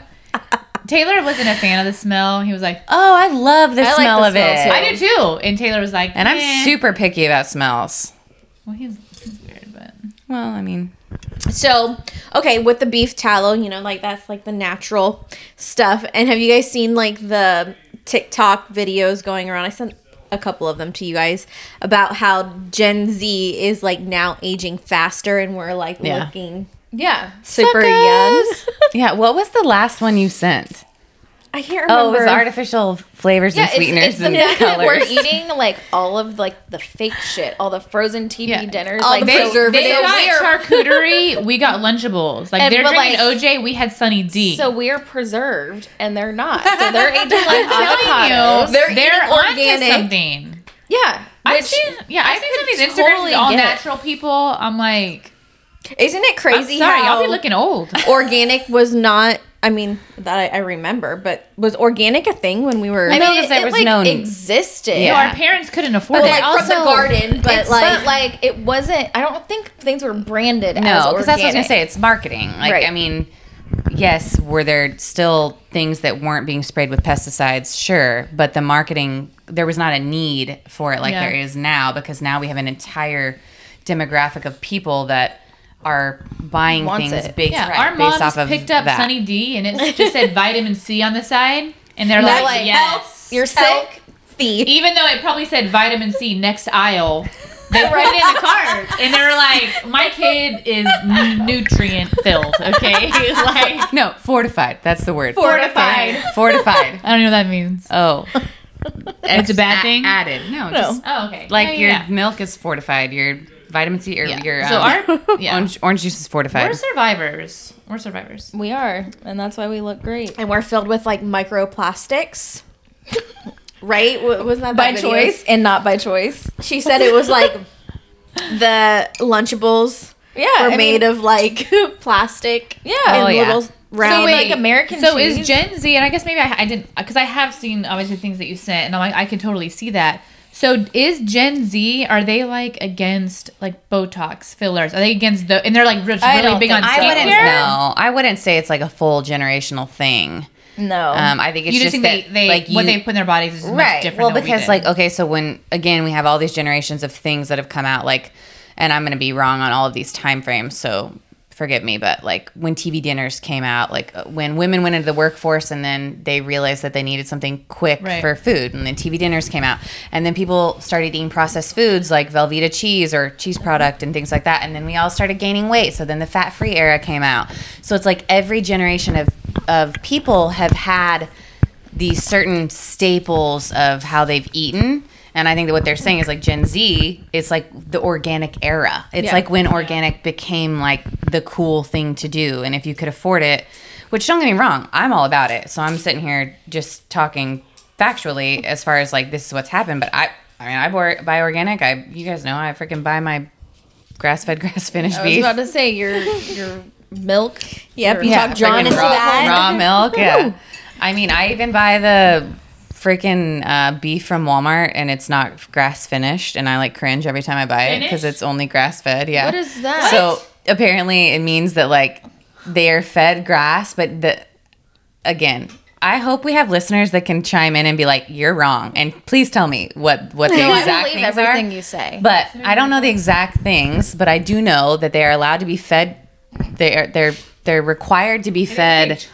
[SPEAKER 4] Taylor wasn't a fan of the smell. He was like,
[SPEAKER 3] Oh, I love the
[SPEAKER 2] I like
[SPEAKER 3] smell
[SPEAKER 2] the
[SPEAKER 3] of
[SPEAKER 2] smell,
[SPEAKER 3] it.
[SPEAKER 2] too.
[SPEAKER 4] I do
[SPEAKER 1] Oh.
[SPEAKER 4] too. And Taylor was like,
[SPEAKER 3] And I'm
[SPEAKER 4] "Eh."
[SPEAKER 3] super picky about smells.
[SPEAKER 4] Well, he's, he's weird, but
[SPEAKER 3] Well, I mean,
[SPEAKER 1] So, okay, with the beef tallow, you know, like that's like the natural stuff. And have you guys seen like the TikTok videos going around? I sent a couple of them to you guys about how Gen Z is like now aging faster and we're like
[SPEAKER 3] Yeah.
[SPEAKER 1] looking
[SPEAKER 2] Yeah.
[SPEAKER 1] super
[SPEAKER 3] Suckers!
[SPEAKER 1] young.
[SPEAKER 3] yeah. What was the last one you sent?
[SPEAKER 1] I can't remember.
[SPEAKER 3] Oh, it was artificial flavors
[SPEAKER 2] Yeah,
[SPEAKER 3] and
[SPEAKER 2] it's,
[SPEAKER 3] sweeteners
[SPEAKER 2] it's the
[SPEAKER 3] and
[SPEAKER 2] fact that we're
[SPEAKER 3] colors.
[SPEAKER 2] eating like all of like the fake shit, all the frozen TV
[SPEAKER 4] Yeah.
[SPEAKER 2] dinners,
[SPEAKER 1] All
[SPEAKER 2] like
[SPEAKER 1] the
[SPEAKER 2] so-
[SPEAKER 1] preservatives.
[SPEAKER 4] they
[SPEAKER 1] so
[SPEAKER 4] got charcuterie. we got Lunchables. Like
[SPEAKER 2] And-
[SPEAKER 4] they're
[SPEAKER 2] but,
[SPEAKER 4] drinking
[SPEAKER 2] like-
[SPEAKER 4] OJ. We had Sunny D.
[SPEAKER 2] So we're preserved and they're not. So they're aging like
[SPEAKER 4] I'm telling
[SPEAKER 2] avocados.
[SPEAKER 4] you, they're,
[SPEAKER 1] eating
[SPEAKER 4] organic.
[SPEAKER 1] organic.
[SPEAKER 4] something.
[SPEAKER 2] yeah.
[SPEAKER 4] I've
[SPEAKER 2] which-
[SPEAKER 4] seen, yeah, I've seen some of these Instagrams
[SPEAKER 2] totally
[SPEAKER 4] with all
[SPEAKER 2] get it.
[SPEAKER 4] natural people. I'm like,
[SPEAKER 1] Isn't it
[SPEAKER 4] I'm
[SPEAKER 1] crazy
[SPEAKER 4] sorry,
[SPEAKER 1] how
[SPEAKER 4] y'all be looking old.
[SPEAKER 1] organic was not? I mean, that I, I remember, but was organic a thing when we were?
[SPEAKER 2] I
[SPEAKER 3] No,
[SPEAKER 2] mean,
[SPEAKER 3] 'cause
[SPEAKER 2] it,
[SPEAKER 3] there
[SPEAKER 2] it,
[SPEAKER 3] was
[SPEAKER 2] like
[SPEAKER 3] no-
[SPEAKER 2] existed.
[SPEAKER 3] Yeah.
[SPEAKER 4] No, our parents couldn't afford
[SPEAKER 1] Well,
[SPEAKER 4] it.
[SPEAKER 1] like from the garden, but
[SPEAKER 2] It's-
[SPEAKER 1] like,
[SPEAKER 2] but like it wasn't. I don't think things were branded.
[SPEAKER 3] No, because that's what I was gonna
[SPEAKER 2] going
[SPEAKER 3] say. It's marketing. Like,
[SPEAKER 2] Right.
[SPEAKER 3] I mean, yes, were there still things that weren't being sprayed with pesticides? Sure, but the marketing there was not a need for it like
[SPEAKER 4] Yeah.
[SPEAKER 3] there is now because now we have an entire demographic of people that are buying
[SPEAKER 2] Wants
[SPEAKER 3] things
[SPEAKER 2] it.
[SPEAKER 3] big
[SPEAKER 4] yeah,
[SPEAKER 3] right,
[SPEAKER 4] our
[SPEAKER 3] based
[SPEAKER 4] moms
[SPEAKER 3] off of
[SPEAKER 4] picked up
[SPEAKER 3] that.
[SPEAKER 4] Sunny D, and it just said vitamin C on the side, and they're like,
[SPEAKER 1] like,
[SPEAKER 4] yes.
[SPEAKER 2] "Oh, You're
[SPEAKER 1] Health-
[SPEAKER 2] sick.
[SPEAKER 1] thief.
[SPEAKER 4] Even though it probably said vitamin C next aisle, they put it in the cart, and they were like, my kid is nutrient filled. Okay, like
[SPEAKER 3] No, fortified. That's the word.
[SPEAKER 4] Fortified.
[SPEAKER 3] Fortified.
[SPEAKER 4] I don't know what that means.
[SPEAKER 3] Oh,
[SPEAKER 4] It's a bad thing.
[SPEAKER 3] Added. No, just
[SPEAKER 4] Oh, okay.
[SPEAKER 3] like
[SPEAKER 4] Yeah,
[SPEAKER 3] your
[SPEAKER 4] yeah,
[SPEAKER 3] milk is fortified. Your vitamin C or your
[SPEAKER 4] yeah. So
[SPEAKER 3] um,
[SPEAKER 4] our yeah.
[SPEAKER 3] orange, orange juice is fortified.
[SPEAKER 4] We're survivors. We're survivors.
[SPEAKER 2] We are, and that's why we look great.
[SPEAKER 1] and we're filled with like microplastics. right? Wa- Wasn't that that video?
[SPEAKER 2] and not by choice.
[SPEAKER 1] She said it was like the Lunchables
[SPEAKER 2] Yeah,
[SPEAKER 1] were
[SPEAKER 2] I
[SPEAKER 1] made
[SPEAKER 2] mean,
[SPEAKER 1] of like plastic.
[SPEAKER 2] Yeah.
[SPEAKER 1] and
[SPEAKER 3] Oh, yeah.
[SPEAKER 1] little round.
[SPEAKER 2] So wait, like, American
[SPEAKER 4] So
[SPEAKER 2] cheese?
[SPEAKER 4] is Gen Z, and I guess maybe I, I didn't because I have seen obviously things that you sent, and I'm like I can totally see that. So is Gen Z? Are they like against like Botox fillers? Are they against the? And they're like rich,
[SPEAKER 2] I
[SPEAKER 4] really
[SPEAKER 2] don't
[SPEAKER 4] big on
[SPEAKER 2] think- I
[SPEAKER 4] skincare.
[SPEAKER 2] wouldn't
[SPEAKER 3] No, I wouldn't say it's like a full generational thing.
[SPEAKER 2] no.
[SPEAKER 3] Um, I think it's
[SPEAKER 4] you just
[SPEAKER 3] just
[SPEAKER 4] think
[SPEAKER 3] that
[SPEAKER 4] they, they
[SPEAKER 3] like
[SPEAKER 4] what
[SPEAKER 3] you-
[SPEAKER 4] they put in their bodies is much
[SPEAKER 3] right.
[SPEAKER 4] different.
[SPEAKER 3] Well,
[SPEAKER 4] than we
[SPEAKER 3] because
[SPEAKER 4] did.
[SPEAKER 3] like okay, so when again we have all these generations of things that have come out, like, and I'm gonna be wrong on all of these time frames, so forgive me, but like when TV dinners came out, like uh, when women went into the workforce and then they realized that they needed something quick
[SPEAKER 4] Right.
[SPEAKER 3] for food, and then TV dinners came out, and then people started eating processed foods like Velveeta cheese or cheese product and things like that, and then we all started gaining weight. So then the fat-free era came out. So it's like every generation of of people have had these certain staples of how they've eaten. And I think that what they're saying is like Gen Z is like the organic era. It's
[SPEAKER 1] Yeah.
[SPEAKER 3] like when organic became like the cool thing to do. And if you could afford it, which don't get me wrong, I'm all about it. So I'm sitting here just talking factually as far as like this is what's happened. But I, I mean, I buy, buy organic. I, you guys know, I freaking buy my grass fed, grass finished
[SPEAKER 2] I was
[SPEAKER 3] beef.
[SPEAKER 2] about to say your your milk.
[SPEAKER 1] Yep,
[SPEAKER 2] your-
[SPEAKER 1] you
[SPEAKER 3] Yeah,
[SPEAKER 1] talk John
[SPEAKER 3] friggin'
[SPEAKER 1] into
[SPEAKER 3] raw,
[SPEAKER 1] that.
[SPEAKER 3] Raw milk, yeah. I mean, I even buy the freaking uh, beef from Walmart, and it's not grass finished, and I like cringe every time I buy it because
[SPEAKER 4] Finished?
[SPEAKER 3] it's only grass fed. Yeah.
[SPEAKER 2] What is that?
[SPEAKER 3] So apparently, it means that like they are fed grass, but the again. I hope we have listeners that can chime in and be like, "You're wrong," and please tell me what what the
[SPEAKER 2] No, I
[SPEAKER 3] exact
[SPEAKER 2] believe
[SPEAKER 3] things
[SPEAKER 2] everything
[SPEAKER 3] are.
[SPEAKER 2] you say.
[SPEAKER 3] But I don't know the exact things, but I do know that they are allowed to be fed. They are they're they're required to be fed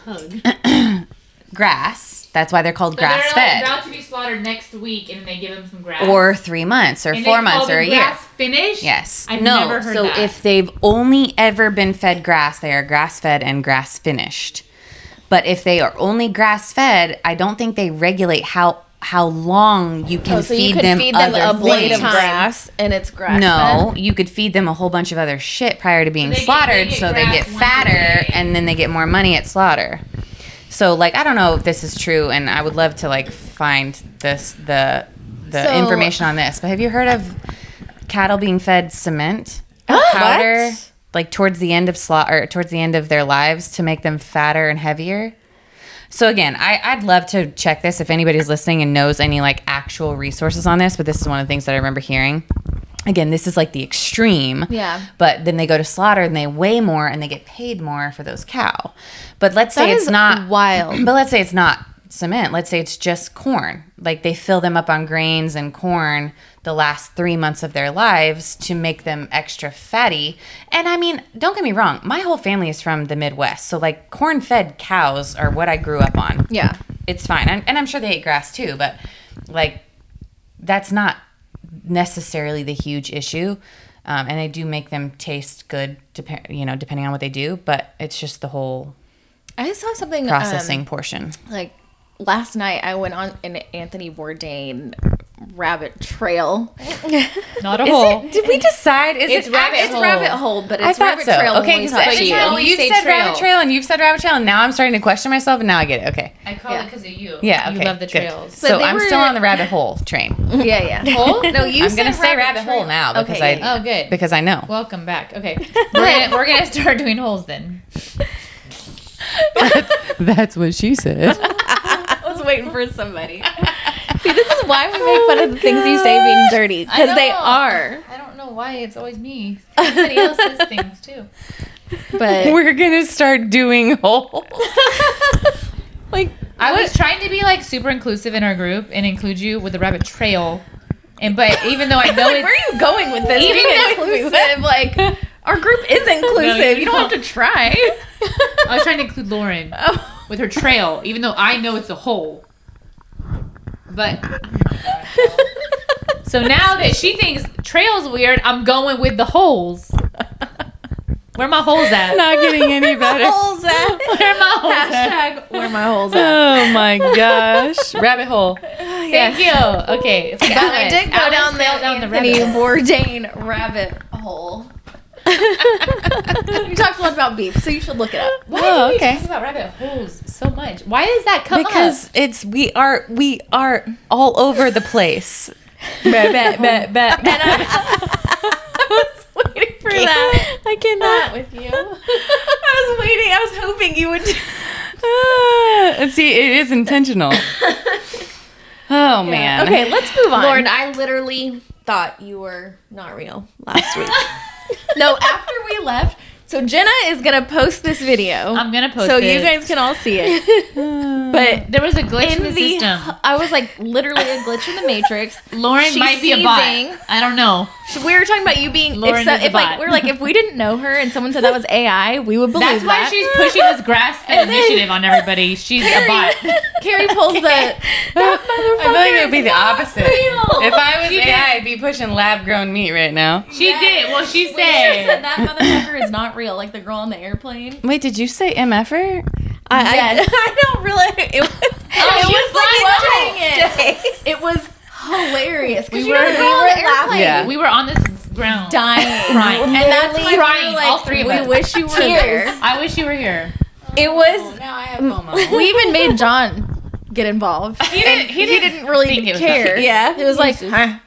[SPEAKER 3] grass. That's why they're called grass fed.
[SPEAKER 4] about to be slaughtered next week, and they give them some grass
[SPEAKER 3] or three months, or four months, or a year.
[SPEAKER 4] Finish?
[SPEAKER 3] Yes.
[SPEAKER 4] I've
[SPEAKER 3] no.
[SPEAKER 4] never heard
[SPEAKER 3] so
[SPEAKER 4] that.
[SPEAKER 3] if they've only ever been fed grass, they are grass fed and grass finished. But if they are only grass fed, I don't think they regulate how how long you can
[SPEAKER 2] Oh, so
[SPEAKER 3] feed,
[SPEAKER 2] you could
[SPEAKER 3] them
[SPEAKER 2] feed them a
[SPEAKER 3] other
[SPEAKER 2] blade
[SPEAKER 3] things.
[SPEAKER 2] of grass, and it's grass.
[SPEAKER 3] No, you could feed them a whole bunch of other shit prior to being
[SPEAKER 4] They get-
[SPEAKER 3] slaughtered,
[SPEAKER 4] they get
[SPEAKER 3] so they
[SPEAKER 4] grass
[SPEAKER 3] get
[SPEAKER 4] once a day.
[SPEAKER 3] fatter and then they get more money at slaughter. So, like, I don't know if this is true, and I would love to like find this the the
[SPEAKER 2] So-
[SPEAKER 3] information on this. But have you heard of cattle being fed cement powder, like towards the end of slaughter, towards the end of their lives, to make them fatter and heavier? So again, I, I'd love to check this if anybody's listening and knows any like actual resources on this, but this is one of the things that I remember hearing. again, this is like the extreme.
[SPEAKER 1] Yeah.
[SPEAKER 3] But then they go to slaughter and they weigh more and they get paid more for those cow. But let's
[SPEAKER 1] That
[SPEAKER 3] say it's
[SPEAKER 1] is
[SPEAKER 3] not
[SPEAKER 1] wild.
[SPEAKER 3] But let's say it's not cement. Let's say it's just corn. Like they fill them up on grains and corn the last three months of their lives to make them extra fatty. And I mean, don't get me wrong, my whole family is from the Midwest. So like corn fed cows are what I grew up on
[SPEAKER 1] Yeah.
[SPEAKER 3] it's fine. And, and I'm sure they eat grass too, but like that's not necessarily the huge issue. Um, and they do make them taste good, dep- you know, depending on what they do. But it's just the whole
[SPEAKER 2] I saw something um,
[SPEAKER 3] processing portion.
[SPEAKER 2] like last night I went on an Anthony Bourdain rabbit trail.
[SPEAKER 4] Not a hole.
[SPEAKER 3] Did we decide? Is
[SPEAKER 2] It's rabbit hole. but
[SPEAKER 3] I thought so. okay,
[SPEAKER 2] Okay,
[SPEAKER 3] because every time
[SPEAKER 2] you
[SPEAKER 3] you've
[SPEAKER 2] say
[SPEAKER 3] Oh, said
[SPEAKER 2] trail.
[SPEAKER 3] rabbit trail and you've said rabbit trail, and now I'm starting to question myself, and now I get it. Okay.
[SPEAKER 4] I call
[SPEAKER 2] Yeah.
[SPEAKER 4] it because of you.
[SPEAKER 3] Yeah.
[SPEAKER 4] You
[SPEAKER 3] okay,
[SPEAKER 4] love the
[SPEAKER 3] good.
[SPEAKER 4] trails.
[SPEAKER 3] So
[SPEAKER 2] they
[SPEAKER 3] I'm still
[SPEAKER 2] were-
[SPEAKER 3] on the rabbit hole train.
[SPEAKER 2] Yeah, yeah.
[SPEAKER 4] Hole?
[SPEAKER 2] No, you.
[SPEAKER 3] I'm gonna
[SPEAKER 2] said
[SPEAKER 3] say rabbit hole
[SPEAKER 2] trail.
[SPEAKER 3] now because
[SPEAKER 2] Okay,
[SPEAKER 3] I
[SPEAKER 2] yeah, yeah.
[SPEAKER 4] Oh, good.
[SPEAKER 3] because I know.
[SPEAKER 4] Welcome back. Okay. We're gonna, we're gonna start doing holes then.
[SPEAKER 3] That's what she said.
[SPEAKER 2] I was waiting for somebody.
[SPEAKER 1] See, this is why we make fun of the things you say being dirty
[SPEAKER 4] I
[SPEAKER 1] because they
[SPEAKER 4] know.
[SPEAKER 1] are.
[SPEAKER 4] I don't know why it's always me. Somebody else says things too.
[SPEAKER 1] But
[SPEAKER 3] We're gonna start doing holes.
[SPEAKER 1] like,
[SPEAKER 4] I was trying to be like super inclusive in our group and include you with the rabbit trail. And but even though I know
[SPEAKER 1] like,
[SPEAKER 4] it's
[SPEAKER 1] where are you going with this?
[SPEAKER 4] Even
[SPEAKER 1] Being
[SPEAKER 4] though-
[SPEAKER 1] inclusive, like our group is inclusive.
[SPEAKER 4] No, you
[SPEAKER 1] you don't have
[SPEAKER 4] don't.
[SPEAKER 1] to try.
[SPEAKER 4] I was trying to include Lauren
[SPEAKER 1] Oh.
[SPEAKER 4] with her trail, even though I know it's a hole. But
[SPEAKER 2] Oh.
[SPEAKER 4] so now that she thinks trail's weird, I'm going with the holes. Where my holes at?
[SPEAKER 3] Not getting any better.
[SPEAKER 1] holes at.
[SPEAKER 4] Where my holes at?
[SPEAKER 1] Hashtag where my holes at.
[SPEAKER 3] Oh my gosh. Rabbit hole.
[SPEAKER 4] Thank you. Okay. so
[SPEAKER 2] Yeah, I did go
[SPEAKER 4] Alice
[SPEAKER 2] down the
[SPEAKER 4] fell down the
[SPEAKER 2] Anthony
[SPEAKER 4] rabbit hole.
[SPEAKER 2] Bourdain rabbit hole. You talked a lot about beef, so you should look it up.
[SPEAKER 4] Why
[SPEAKER 3] Oh,
[SPEAKER 4] do we
[SPEAKER 3] okay.
[SPEAKER 4] talk about rabbit holes so much? Why does that come up?
[SPEAKER 3] Because it's we are we are all over the place. Rabbit, rabbit, rabbit.
[SPEAKER 1] Waiting for that. I cannot with you. I was waiting. I was hoping you would.
[SPEAKER 3] Ah, See, it is intentional. Oh man.
[SPEAKER 1] Okay, let's move on.
[SPEAKER 2] Lauren,
[SPEAKER 1] I literally thought you were not real last week.
[SPEAKER 2] No, after we left, so Jenna is gonna post this video.
[SPEAKER 4] I'm gonna post
[SPEAKER 2] so
[SPEAKER 4] it.
[SPEAKER 2] you guys can all see it. But
[SPEAKER 4] there was a glitch in
[SPEAKER 2] in
[SPEAKER 4] the,
[SPEAKER 2] the,
[SPEAKER 4] system.
[SPEAKER 2] I was like literally a glitch in the matrix.
[SPEAKER 4] Lauren
[SPEAKER 2] She's
[SPEAKER 4] might be a bot.
[SPEAKER 2] seizing.
[SPEAKER 4] I don't know.
[SPEAKER 2] So we were talking about you being
[SPEAKER 4] Lauren
[SPEAKER 2] if, so,
[SPEAKER 4] is a
[SPEAKER 2] if like
[SPEAKER 4] bot.
[SPEAKER 2] we're like if we didn't know her and someone said that was AI, we would believe
[SPEAKER 4] That's why
[SPEAKER 2] that.
[SPEAKER 4] she's pushing this grass fed initiative on everybody. She's a bot.
[SPEAKER 2] Carrie pulls the
[SPEAKER 3] I feel like it would be the opposite. If I was
[SPEAKER 4] She did.
[SPEAKER 3] AI, I'd be pushing lab grown meat right now.
[SPEAKER 4] She did. Well, she
[SPEAKER 2] When she said
[SPEAKER 4] said.
[SPEAKER 2] that motherfucker is not real, like the girl on the airplane.
[SPEAKER 3] Wait, did you say MFR?
[SPEAKER 1] I,
[SPEAKER 2] Yes.
[SPEAKER 1] I, I don't really. It was,
[SPEAKER 2] Oh,
[SPEAKER 4] it
[SPEAKER 1] it
[SPEAKER 4] was
[SPEAKER 1] was like it.
[SPEAKER 2] It was hilarious. 'cause
[SPEAKER 4] We
[SPEAKER 2] you know
[SPEAKER 4] were-
[SPEAKER 2] the
[SPEAKER 4] we
[SPEAKER 2] girl on
[SPEAKER 1] were
[SPEAKER 2] the airplane
[SPEAKER 3] Yeah.
[SPEAKER 4] We were on this ground.
[SPEAKER 2] dying.
[SPEAKER 4] Crying.
[SPEAKER 2] And that's why we were
[SPEAKER 4] Crying,
[SPEAKER 2] like,
[SPEAKER 4] all three of
[SPEAKER 2] we
[SPEAKER 4] us.
[SPEAKER 2] wish you were there.
[SPEAKER 4] I wish you were here.
[SPEAKER 1] It was.
[SPEAKER 3] Now I have homo.
[SPEAKER 2] We even made John get involved.
[SPEAKER 4] He didn't, he didn't,
[SPEAKER 2] really
[SPEAKER 4] think it was
[SPEAKER 2] care.
[SPEAKER 1] Yeah.
[SPEAKER 2] It was like, huh.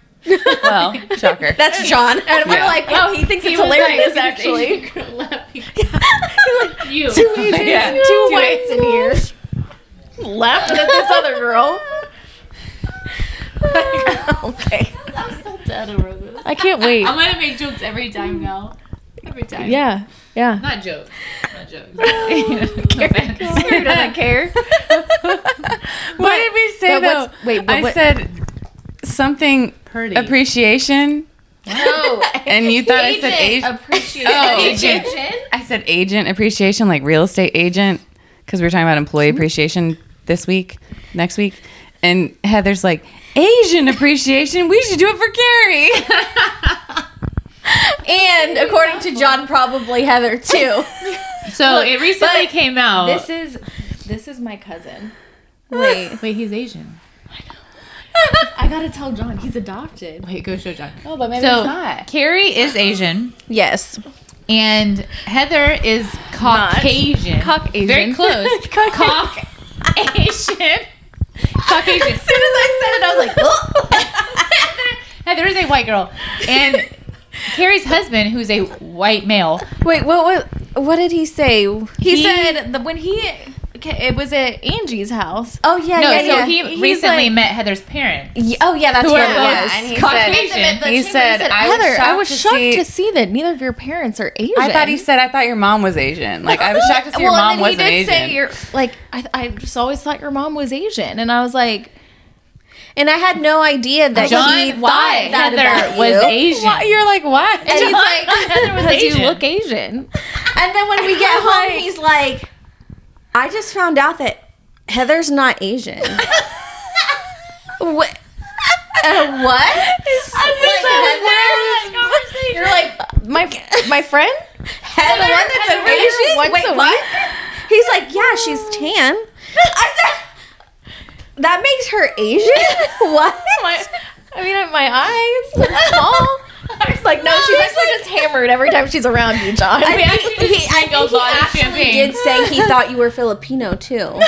[SPEAKER 3] Well, shocker.
[SPEAKER 1] That's John.
[SPEAKER 2] and we're
[SPEAKER 3] Yeah.
[SPEAKER 2] like, wow, he thinks
[SPEAKER 4] He
[SPEAKER 2] it's
[SPEAKER 4] was like,
[SPEAKER 2] hilarious,
[SPEAKER 4] this
[SPEAKER 2] actually.
[SPEAKER 4] Asian girl left me.
[SPEAKER 1] like,
[SPEAKER 4] You.
[SPEAKER 3] Yeah.
[SPEAKER 2] Two, whites in here. Laughed at this other girl. Oh,
[SPEAKER 1] okay.
[SPEAKER 4] I'm so dead over this.
[SPEAKER 2] I can't wait.
[SPEAKER 4] I'm gonna make jokes every time now. Every time.
[SPEAKER 2] Yeah, yeah.
[SPEAKER 4] Not jokes. Not jokes. No offense.
[SPEAKER 2] Carrie doesn't care.
[SPEAKER 3] what did we say
[SPEAKER 2] but
[SPEAKER 3] though?
[SPEAKER 2] what's- wait, but
[SPEAKER 3] I
[SPEAKER 2] what-
[SPEAKER 3] said something
[SPEAKER 4] Pretty.
[SPEAKER 3] appreciation,
[SPEAKER 2] No.
[SPEAKER 3] and you thought I said agent.
[SPEAKER 2] Appreciate
[SPEAKER 3] Oh.
[SPEAKER 4] Agent.
[SPEAKER 3] I said agent appreciation, like real estate agent, because we were talking about employee appreciation this week, next week, and Heather's like Asian appreciation. We should do it for Carrie.
[SPEAKER 1] And according to John, probably Heather too.
[SPEAKER 4] So it recently came out.
[SPEAKER 2] This is this is my cousin.
[SPEAKER 1] Wait.
[SPEAKER 4] Wait, he's Asian.
[SPEAKER 2] I gotta tell John he's adopted.
[SPEAKER 4] Wait, go show John.
[SPEAKER 3] Oh, but maybe
[SPEAKER 4] So Carrie is Asian
[SPEAKER 1] Yes.
[SPEAKER 4] and Heather is Caucasian.
[SPEAKER 2] Caucasian.
[SPEAKER 4] Very close. Caucasian. Caucasian.
[SPEAKER 1] As soon as I said it, I was like,
[SPEAKER 4] Heather is a white girl. And Carrie's husband, who's a white male,
[SPEAKER 1] wait, what was? What did he say?
[SPEAKER 2] He,
[SPEAKER 1] He, said
[SPEAKER 2] said that when he it was at Angie's house.
[SPEAKER 1] Oh yeah,
[SPEAKER 4] No,
[SPEAKER 1] yeah,
[SPEAKER 4] so
[SPEAKER 1] yeah.
[SPEAKER 4] he
[SPEAKER 2] He's
[SPEAKER 4] recently
[SPEAKER 2] like-
[SPEAKER 4] met Heather's parents.
[SPEAKER 1] Ye- oh yeah, that's
[SPEAKER 4] Who
[SPEAKER 1] what
[SPEAKER 4] are
[SPEAKER 1] it
[SPEAKER 4] both-
[SPEAKER 1] was.
[SPEAKER 3] and he
[SPEAKER 4] Caucasian.
[SPEAKER 3] said, he said, I was
[SPEAKER 2] Heather,
[SPEAKER 3] shocked,
[SPEAKER 2] I was shocked
[SPEAKER 3] to see.
[SPEAKER 2] to see that neither of your parents are Asian.
[SPEAKER 3] I thought he said, I thought your mom was Asian. Like, I was shocked to see your
[SPEAKER 2] Well,
[SPEAKER 3] mom
[SPEAKER 2] and then he
[SPEAKER 3] wasn't
[SPEAKER 2] did
[SPEAKER 3] Asian.
[SPEAKER 2] say your like I, I just always thought your mom was Asian, and I was like,
[SPEAKER 1] and I had no idea that
[SPEAKER 4] John,
[SPEAKER 1] he
[SPEAKER 4] why
[SPEAKER 1] thought that
[SPEAKER 4] Heather
[SPEAKER 1] about
[SPEAKER 4] was
[SPEAKER 1] you.
[SPEAKER 4] Asian?
[SPEAKER 3] Why- You're like, what?
[SPEAKER 2] and he's
[SPEAKER 4] John,
[SPEAKER 2] like,
[SPEAKER 4] Heather was
[SPEAKER 2] because you
[SPEAKER 4] Asian.
[SPEAKER 2] look Asian.
[SPEAKER 1] And then when we get home, he's like, I just found out that Heather's not Asian. what? Uh, what?
[SPEAKER 2] I
[SPEAKER 1] You're like
[SPEAKER 2] My my friend,
[SPEAKER 1] Heather, the one that's an Asian.
[SPEAKER 2] once
[SPEAKER 1] Wait,
[SPEAKER 2] a
[SPEAKER 1] what? He's like, yeah, she's tan. I said, that makes her Asian. What?
[SPEAKER 2] my, I mean, I- my eyes are small. I was like, no, she's actually just hammered every time she's around you, John.
[SPEAKER 1] I think
[SPEAKER 4] actually
[SPEAKER 1] he,
[SPEAKER 4] just
[SPEAKER 1] I
[SPEAKER 4] drank a
[SPEAKER 1] think he
[SPEAKER 4] lot of
[SPEAKER 1] actually
[SPEAKER 4] champagne.
[SPEAKER 1] did say he thought you were Filipino too.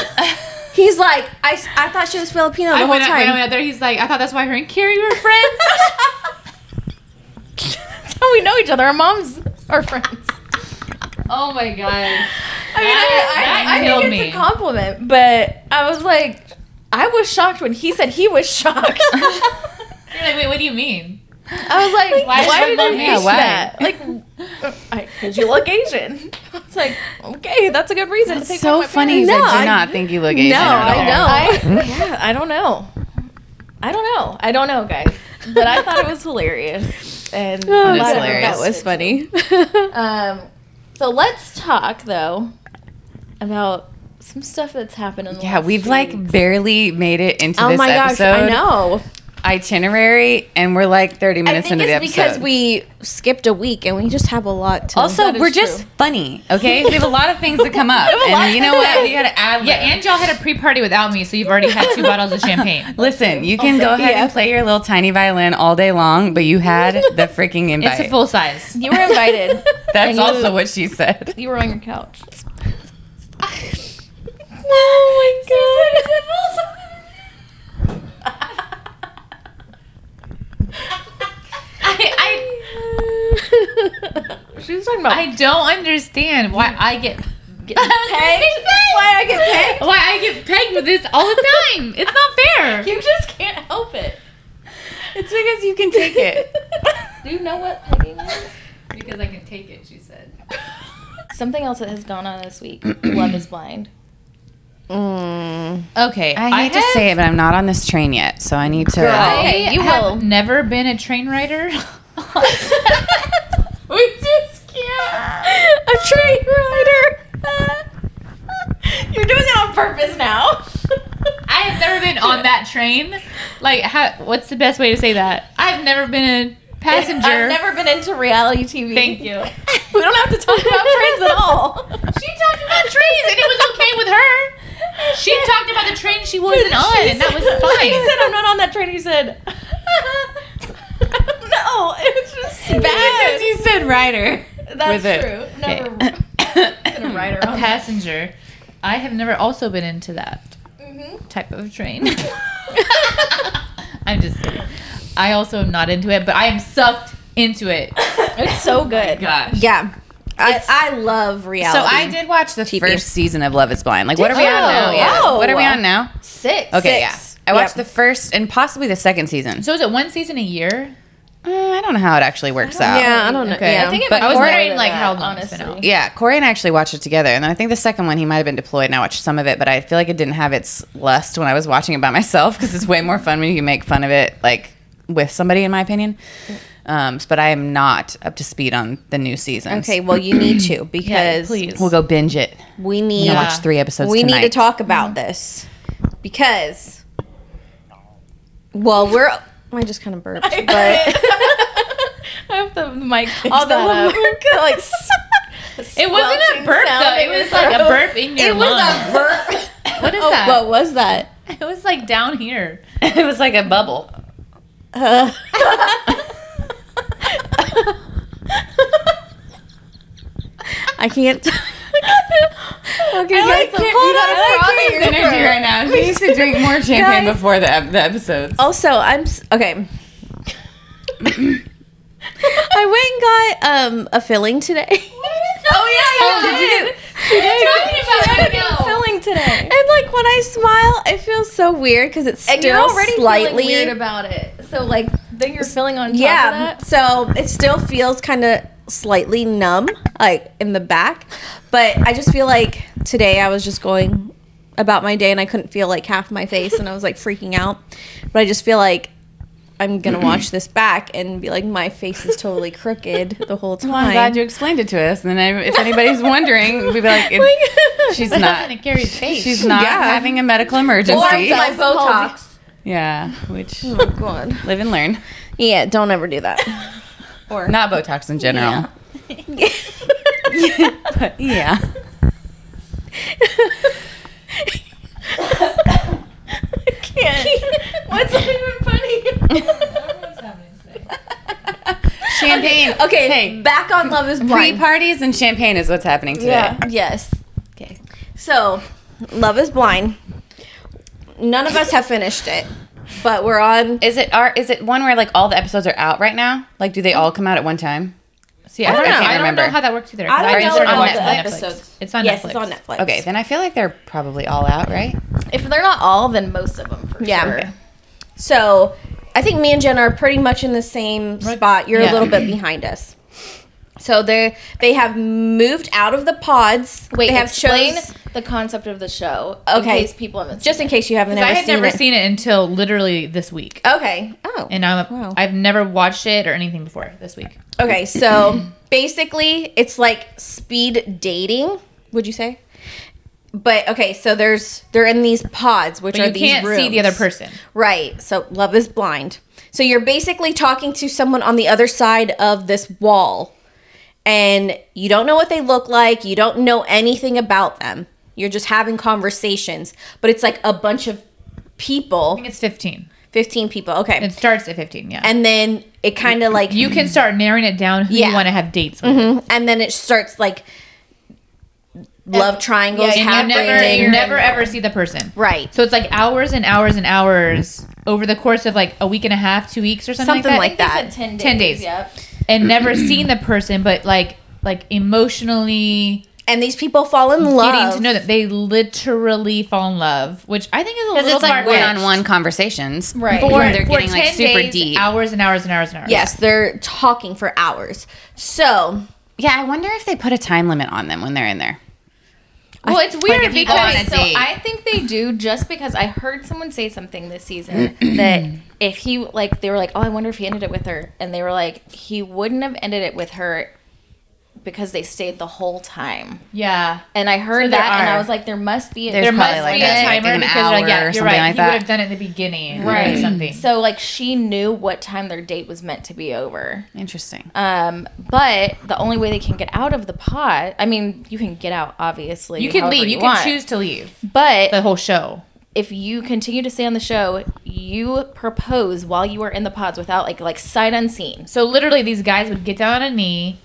[SPEAKER 1] He's like, I, s- I thought she was Filipino the
[SPEAKER 4] I
[SPEAKER 1] whole
[SPEAKER 4] went, out, when I went
[SPEAKER 1] time.
[SPEAKER 4] out there, he's like, I thought that's why her and Carrie were friends.
[SPEAKER 2] That's how we know each other. Our moms are friends.
[SPEAKER 4] oh my god.
[SPEAKER 2] I mean,
[SPEAKER 4] That- that
[SPEAKER 2] I, I, I
[SPEAKER 4] killed
[SPEAKER 2] think it's
[SPEAKER 4] me.
[SPEAKER 2] a compliment, but I was like, I was shocked when he said he was shocked.
[SPEAKER 4] You're like, wait, what do you mean?
[SPEAKER 2] I was like,
[SPEAKER 4] Why
[SPEAKER 2] why,
[SPEAKER 4] is your
[SPEAKER 2] did
[SPEAKER 4] mom
[SPEAKER 2] you
[SPEAKER 4] Asian?
[SPEAKER 2] yeah, that? Like, because you look Asian. I was like, okay, that's a good reason. to
[SPEAKER 3] It's
[SPEAKER 2] take
[SPEAKER 3] so
[SPEAKER 2] off my
[SPEAKER 3] funny
[SPEAKER 1] No,
[SPEAKER 3] that you do
[SPEAKER 1] I-
[SPEAKER 3] not think you look Asian.
[SPEAKER 1] No,
[SPEAKER 3] at all.
[SPEAKER 1] I know.
[SPEAKER 2] I, yeah, I don't know. I don't know. I don't know, guys. But I thought it was hilarious, and a lot
[SPEAKER 3] is
[SPEAKER 2] of
[SPEAKER 3] hilarious.
[SPEAKER 2] Oh, that was
[SPEAKER 1] funny.
[SPEAKER 2] Um, so let's talk though about some stuff that's happened in the
[SPEAKER 3] Yeah,
[SPEAKER 2] last
[SPEAKER 3] we've
[SPEAKER 2] few weeks.
[SPEAKER 3] like barely made it into
[SPEAKER 1] oh
[SPEAKER 3] this
[SPEAKER 1] my gosh,
[SPEAKER 3] episode
[SPEAKER 1] I know.
[SPEAKER 3] itinerary, and we're like 30
[SPEAKER 1] I
[SPEAKER 3] minutes
[SPEAKER 1] think
[SPEAKER 3] into the
[SPEAKER 1] it's
[SPEAKER 3] episode.
[SPEAKER 1] because we skipped a week and we just have a lot to.
[SPEAKER 3] also,
[SPEAKER 2] That is
[SPEAKER 3] we're just
[SPEAKER 2] true.
[SPEAKER 3] funny, okay? We have a lot of things that come up, and you know what? We gotta add.
[SPEAKER 4] Yeah, and y'all had a pre-party without me, so you've already had two bottles of champagne.
[SPEAKER 3] listen, you can go ahead and play your little tiny violin all day long, but you had the freaking
[SPEAKER 4] It's a
[SPEAKER 3] invite.
[SPEAKER 4] full size.
[SPEAKER 2] you were invited. and
[SPEAKER 3] That's
[SPEAKER 2] you-
[SPEAKER 3] also what she said.
[SPEAKER 2] you were on your couch. oh my
[SPEAKER 4] I,
[SPEAKER 2] god! she was talking about
[SPEAKER 4] I I don't understand why I get
[SPEAKER 2] pegged. Why I get pegged?
[SPEAKER 4] why I get pegged with this all the time. It's not fair.
[SPEAKER 2] You just can't help it.
[SPEAKER 3] It's because you can take it.
[SPEAKER 2] Do you know what pegging is?
[SPEAKER 4] Because I can take it, she said.
[SPEAKER 2] Something else that has gone on this week. Love is blind.
[SPEAKER 1] Mm.
[SPEAKER 4] Okay,
[SPEAKER 3] I hate to
[SPEAKER 4] have-
[SPEAKER 3] say it, but I'm not on this train yet, so I need to.
[SPEAKER 4] I
[SPEAKER 2] Okay, you
[SPEAKER 4] have
[SPEAKER 2] will.
[SPEAKER 4] never been a train rider.
[SPEAKER 2] we just can't. A train rider. You're doing it on purpose now.
[SPEAKER 4] I have never been on that train. Like, how, what's the best way to say that? I've never been a passenger.
[SPEAKER 2] I've never been into reality TV.
[SPEAKER 4] Thank you.
[SPEAKER 2] We don't have to talk about trains at all.
[SPEAKER 4] She talked about trains, and it was okay with her. She talked about the train she wasn't on, and that was
[SPEAKER 2] He
[SPEAKER 4] fine.
[SPEAKER 2] said, "I'm not on that train." He said, "No, it's just bad."
[SPEAKER 3] you said rider.
[SPEAKER 2] That's
[SPEAKER 3] with it.
[SPEAKER 2] true. Never been a rider
[SPEAKER 4] A
[SPEAKER 2] on that.
[SPEAKER 4] passenger. I have never also been into that type of train. I'm just kidding. I also am not into it, but I am sucked into it.
[SPEAKER 2] It's so good.
[SPEAKER 3] Gosh.
[SPEAKER 1] Yeah, I, I love
[SPEAKER 3] So
[SPEAKER 1] reality.
[SPEAKER 3] I did watch the
[SPEAKER 1] TV.
[SPEAKER 3] first season of Love Is Blind. Like, what are we on now?
[SPEAKER 2] Oh,
[SPEAKER 3] Yeah.
[SPEAKER 1] wow.
[SPEAKER 3] What are we on now?
[SPEAKER 2] Six.
[SPEAKER 3] Okay,
[SPEAKER 1] Six.
[SPEAKER 3] yeah. I watched
[SPEAKER 1] Yep.
[SPEAKER 3] the first and possibly the second season.
[SPEAKER 4] So is it one season a year?
[SPEAKER 3] Uh, I don't know how it actually works out.
[SPEAKER 1] Yeah, I don't know.
[SPEAKER 4] Okay.
[SPEAKER 1] Yeah.
[SPEAKER 4] I
[SPEAKER 2] I think it might
[SPEAKER 3] But
[SPEAKER 2] be
[SPEAKER 3] I was
[SPEAKER 2] more
[SPEAKER 4] wondering,
[SPEAKER 2] than
[SPEAKER 4] like,
[SPEAKER 2] that,
[SPEAKER 4] how long it's been out.
[SPEAKER 3] Yeah, Corey and I actually watched it together, and then I think the second one he might have been deployed, and I watched some of it, but I feel like it didn't have its lust when I was watching it by myself because it's way more fun when you make fun of it like with somebody, in my opinion. Um, but I am not up to speed on the new season.
[SPEAKER 1] okay, well you need to because
[SPEAKER 4] please.
[SPEAKER 3] we'll go binge it.
[SPEAKER 1] we
[SPEAKER 3] Yeah.
[SPEAKER 1] need
[SPEAKER 4] Yeah.
[SPEAKER 3] Watch three episodes.
[SPEAKER 1] we
[SPEAKER 3] tonight.
[SPEAKER 1] need to talk
[SPEAKER 4] Mm.
[SPEAKER 1] about this because well we're I just kind of burped, but
[SPEAKER 2] I have the mic.
[SPEAKER 1] although
[SPEAKER 2] Although
[SPEAKER 1] Lamarca, like s-
[SPEAKER 4] It wasn't a
[SPEAKER 2] Squelching
[SPEAKER 4] burp though.
[SPEAKER 2] sound
[SPEAKER 4] It
[SPEAKER 2] in
[SPEAKER 4] was
[SPEAKER 2] your
[SPEAKER 4] like a
[SPEAKER 2] throat.
[SPEAKER 4] burp in your
[SPEAKER 1] it was
[SPEAKER 4] lung.
[SPEAKER 1] a burp.
[SPEAKER 4] What is
[SPEAKER 1] oh,
[SPEAKER 4] that?
[SPEAKER 1] what was that?
[SPEAKER 4] It was like down here.
[SPEAKER 3] it was like a bubble.
[SPEAKER 1] Uh, I can't. okay,
[SPEAKER 2] like
[SPEAKER 1] guys,
[SPEAKER 2] can't
[SPEAKER 1] I'm
[SPEAKER 2] be
[SPEAKER 1] full
[SPEAKER 2] that-
[SPEAKER 1] out of
[SPEAKER 2] I like
[SPEAKER 1] frog
[SPEAKER 2] Corey's
[SPEAKER 1] energy
[SPEAKER 3] energy right now. She needs to drink more champagne
[SPEAKER 1] Guys.
[SPEAKER 3] before the, ep- the episodes.
[SPEAKER 1] Also, I'm s- okay. I went and got um, a filling today.
[SPEAKER 2] Oh yeah,
[SPEAKER 1] did you?
[SPEAKER 4] talking about right now.
[SPEAKER 2] Filling today.
[SPEAKER 1] And like when I smile, it feels so weird because it's still
[SPEAKER 2] And you're already
[SPEAKER 1] slightly
[SPEAKER 2] feeling weird about it. So like then you're filling on top
[SPEAKER 1] yeah.
[SPEAKER 2] of that.
[SPEAKER 1] So it still feels kind of slightly numb, like in the back. But I just feel like today I was just going about my day and I couldn't feel like half my face and I was like freaking out. But I just feel like I'm gonna watch this back and be like, my face is totally crooked the whole time.
[SPEAKER 3] Well, I'm glad you explained it to us. And then I, if anybody's wondering, we'd be like, it- she's not.
[SPEAKER 4] It carries face.
[SPEAKER 3] She's not
[SPEAKER 1] Yeah.
[SPEAKER 3] having a medical emergency.
[SPEAKER 1] Or my
[SPEAKER 2] Some palsy.
[SPEAKER 1] Botox.
[SPEAKER 3] yeah, which
[SPEAKER 1] Oh my god.
[SPEAKER 3] live and learn.
[SPEAKER 1] Yeah, don't ever do that.
[SPEAKER 3] Not Botox in general. But yeah.
[SPEAKER 1] I can't. What's even funny?
[SPEAKER 3] Champagne.
[SPEAKER 1] Okay,
[SPEAKER 3] Hey.
[SPEAKER 1] back on Love is
[SPEAKER 3] Pre
[SPEAKER 1] Blind.
[SPEAKER 3] parties and champagne is what's happening today.
[SPEAKER 1] Yes.
[SPEAKER 3] Okay.
[SPEAKER 1] So, Love is Blind. None of us have finished it, but we're on.
[SPEAKER 3] Is it are is it one where like all the episodes are out right now? Like do they all come out at one time?
[SPEAKER 4] See, I
[SPEAKER 3] don't
[SPEAKER 4] don't,
[SPEAKER 3] know.
[SPEAKER 4] know.
[SPEAKER 3] I
[SPEAKER 4] I don't
[SPEAKER 3] remember.
[SPEAKER 4] know how that works either. 'cause
[SPEAKER 1] I don't
[SPEAKER 4] just
[SPEAKER 1] know
[SPEAKER 4] started
[SPEAKER 1] all
[SPEAKER 4] watching
[SPEAKER 1] the
[SPEAKER 4] it on Netflix.
[SPEAKER 1] episodes.
[SPEAKER 4] It's on
[SPEAKER 1] yes,
[SPEAKER 4] Netflix.
[SPEAKER 1] it's on Netflix.
[SPEAKER 3] Okay, then I feel like they're probably all out, right?
[SPEAKER 2] If they're not all, then most of them for
[SPEAKER 1] Yeah.
[SPEAKER 2] sure.
[SPEAKER 1] Okay. So, I think me and Jen are pretty much in the same spot. You're
[SPEAKER 2] Yeah.
[SPEAKER 1] a little bit behind us. So they they have moved out of the pods.
[SPEAKER 2] Wait,
[SPEAKER 1] they have
[SPEAKER 2] explain
[SPEAKER 1] chose-
[SPEAKER 2] the concept of the show in
[SPEAKER 1] Okay.
[SPEAKER 2] case people haven't
[SPEAKER 1] just in case you haven't ever
[SPEAKER 4] I had
[SPEAKER 1] seen
[SPEAKER 4] never
[SPEAKER 1] it.
[SPEAKER 4] seen it until literally this week.
[SPEAKER 1] okay. Oh.
[SPEAKER 4] And I'm,
[SPEAKER 1] Wow.
[SPEAKER 4] I've never watched it or anything before this week.
[SPEAKER 1] Okay, so basically, it's like speed dating. Would you say? But okay, so there's they're in these pods, which
[SPEAKER 4] But
[SPEAKER 1] are
[SPEAKER 4] you
[SPEAKER 1] these
[SPEAKER 4] can't see the
[SPEAKER 1] rooms.
[SPEAKER 4] other person.
[SPEAKER 1] right? So love is blind. So you're basically talking to someone on the other side of this wall, and you don't know what they look like. You don't know anything about them. You're just having conversations, but it's like a bunch of
[SPEAKER 4] I
[SPEAKER 1] people,
[SPEAKER 4] think it's 15.
[SPEAKER 1] fifteen people. Okay,
[SPEAKER 4] It starts at 15, yeah.
[SPEAKER 1] and then it kind of like
[SPEAKER 4] you can start narrowing it down who
[SPEAKER 1] Yeah. Mm-hmm.
[SPEAKER 4] you want to have dates with.
[SPEAKER 1] and then it starts like love triangles
[SPEAKER 4] And you
[SPEAKER 1] happening.
[SPEAKER 4] never, you never ever see the person.
[SPEAKER 1] right.
[SPEAKER 4] So it's like hours and hours and hours over the course of like a week and a half, two weeks or something,
[SPEAKER 1] Something
[SPEAKER 4] like that.
[SPEAKER 1] like
[SPEAKER 2] They said 10
[SPEAKER 1] that.
[SPEAKER 2] days.
[SPEAKER 4] 10 days.
[SPEAKER 2] Yep.
[SPEAKER 4] and never seen the person, but like like emotionally
[SPEAKER 1] and these people fall in love.
[SPEAKER 4] getting to know them. They literally fall in love, which I think is a
[SPEAKER 3] Because
[SPEAKER 4] little
[SPEAKER 3] it's like one
[SPEAKER 4] far-fetched.
[SPEAKER 3] on one conversations.
[SPEAKER 1] Right.
[SPEAKER 3] Before
[SPEAKER 1] For-
[SPEAKER 3] they're
[SPEAKER 4] for
[SPEAKER 3] getting like
[SPEAKER 4] 10
[SPEAKER 3] super
[SPEAKER 4] days,
[SPEAKER 3] deep.
[SPEAKER 4] Hours and hours and hours and hours.
[SPEAKER 1] Yes, they're talking for hours. So
[SPEAKER 3] Yeah, I wonder if they put a time limit on them when they're in there.
[SPEAKER 2] Well, it's
[SPEAKER 3] if
[SPEAKER 2] weird
[SPEAKER 3] you go
[SPEAKER 2] because
[SPEAKER 3] on a
[SPEAKER 2] so
[SPEAKER 3] date.
[SPEAKER 2] I think they do just because I heard someone say something this season that if he like they were like, "Oh, I wonder if he ended it with her." And they were like, "He wouldn't have ended it with her because they stayed the whole time."
[SPEAKER 4] Yeah.
[SPEAKER 2] And I heard
[SPEAKER 4] So there
[SPEAKER 2] that and I
[SPEAKER 4] are.
[SPEAKER 2] was like, "There must be a
[SPEAKER 3] There's
[SPEAKER 4] There
[SPEAKER 3] probably
[SPEAKER 4] must
[SPEAKER 3] like
[SPEAKER 4] be
[SPEAKER 3] a-
[SPEAKER 4] a
[SPEAKER 3] like
[SPEAKER 4] timer
[SPEAKER 3] an
[SPEAKER 4] because like,
[SPEAKER 3] hour or
[SPEAKER 4] yeah, you're
[SPEAKER 3] something
[SPEAKER 4] right.
[SPEAKER 3] like
[SPEAKER 4] he would
[SPEAKER 3] that.
[SPEAKER 4] have done it in the beginning
[SPEAKER 2] Right.
[SPEAKER 4] or something.
[SPEAKER 2] So like she knew what time their date was meant to be over.
[SPEAKER 3] Interesting.
[SPEAKER 2] Um, but the only way they can get out of the pot, I mean, you can get out obviously.
[SPEAKER 4] you can
[SPEAKER 2] however
[SPEAKER 4] leave. You,
[SPEAKER 2] want.
[SPEAKER 4] can choose to leave
[SPEAKER 2] But
[SPEAKER 4] the whole show.
[SPEAKER 2] if you continue to stay on the show, you propose while you are in the pods without like like sight unseen.
[SPEAKER 4] So literally, these guys would get down on a knee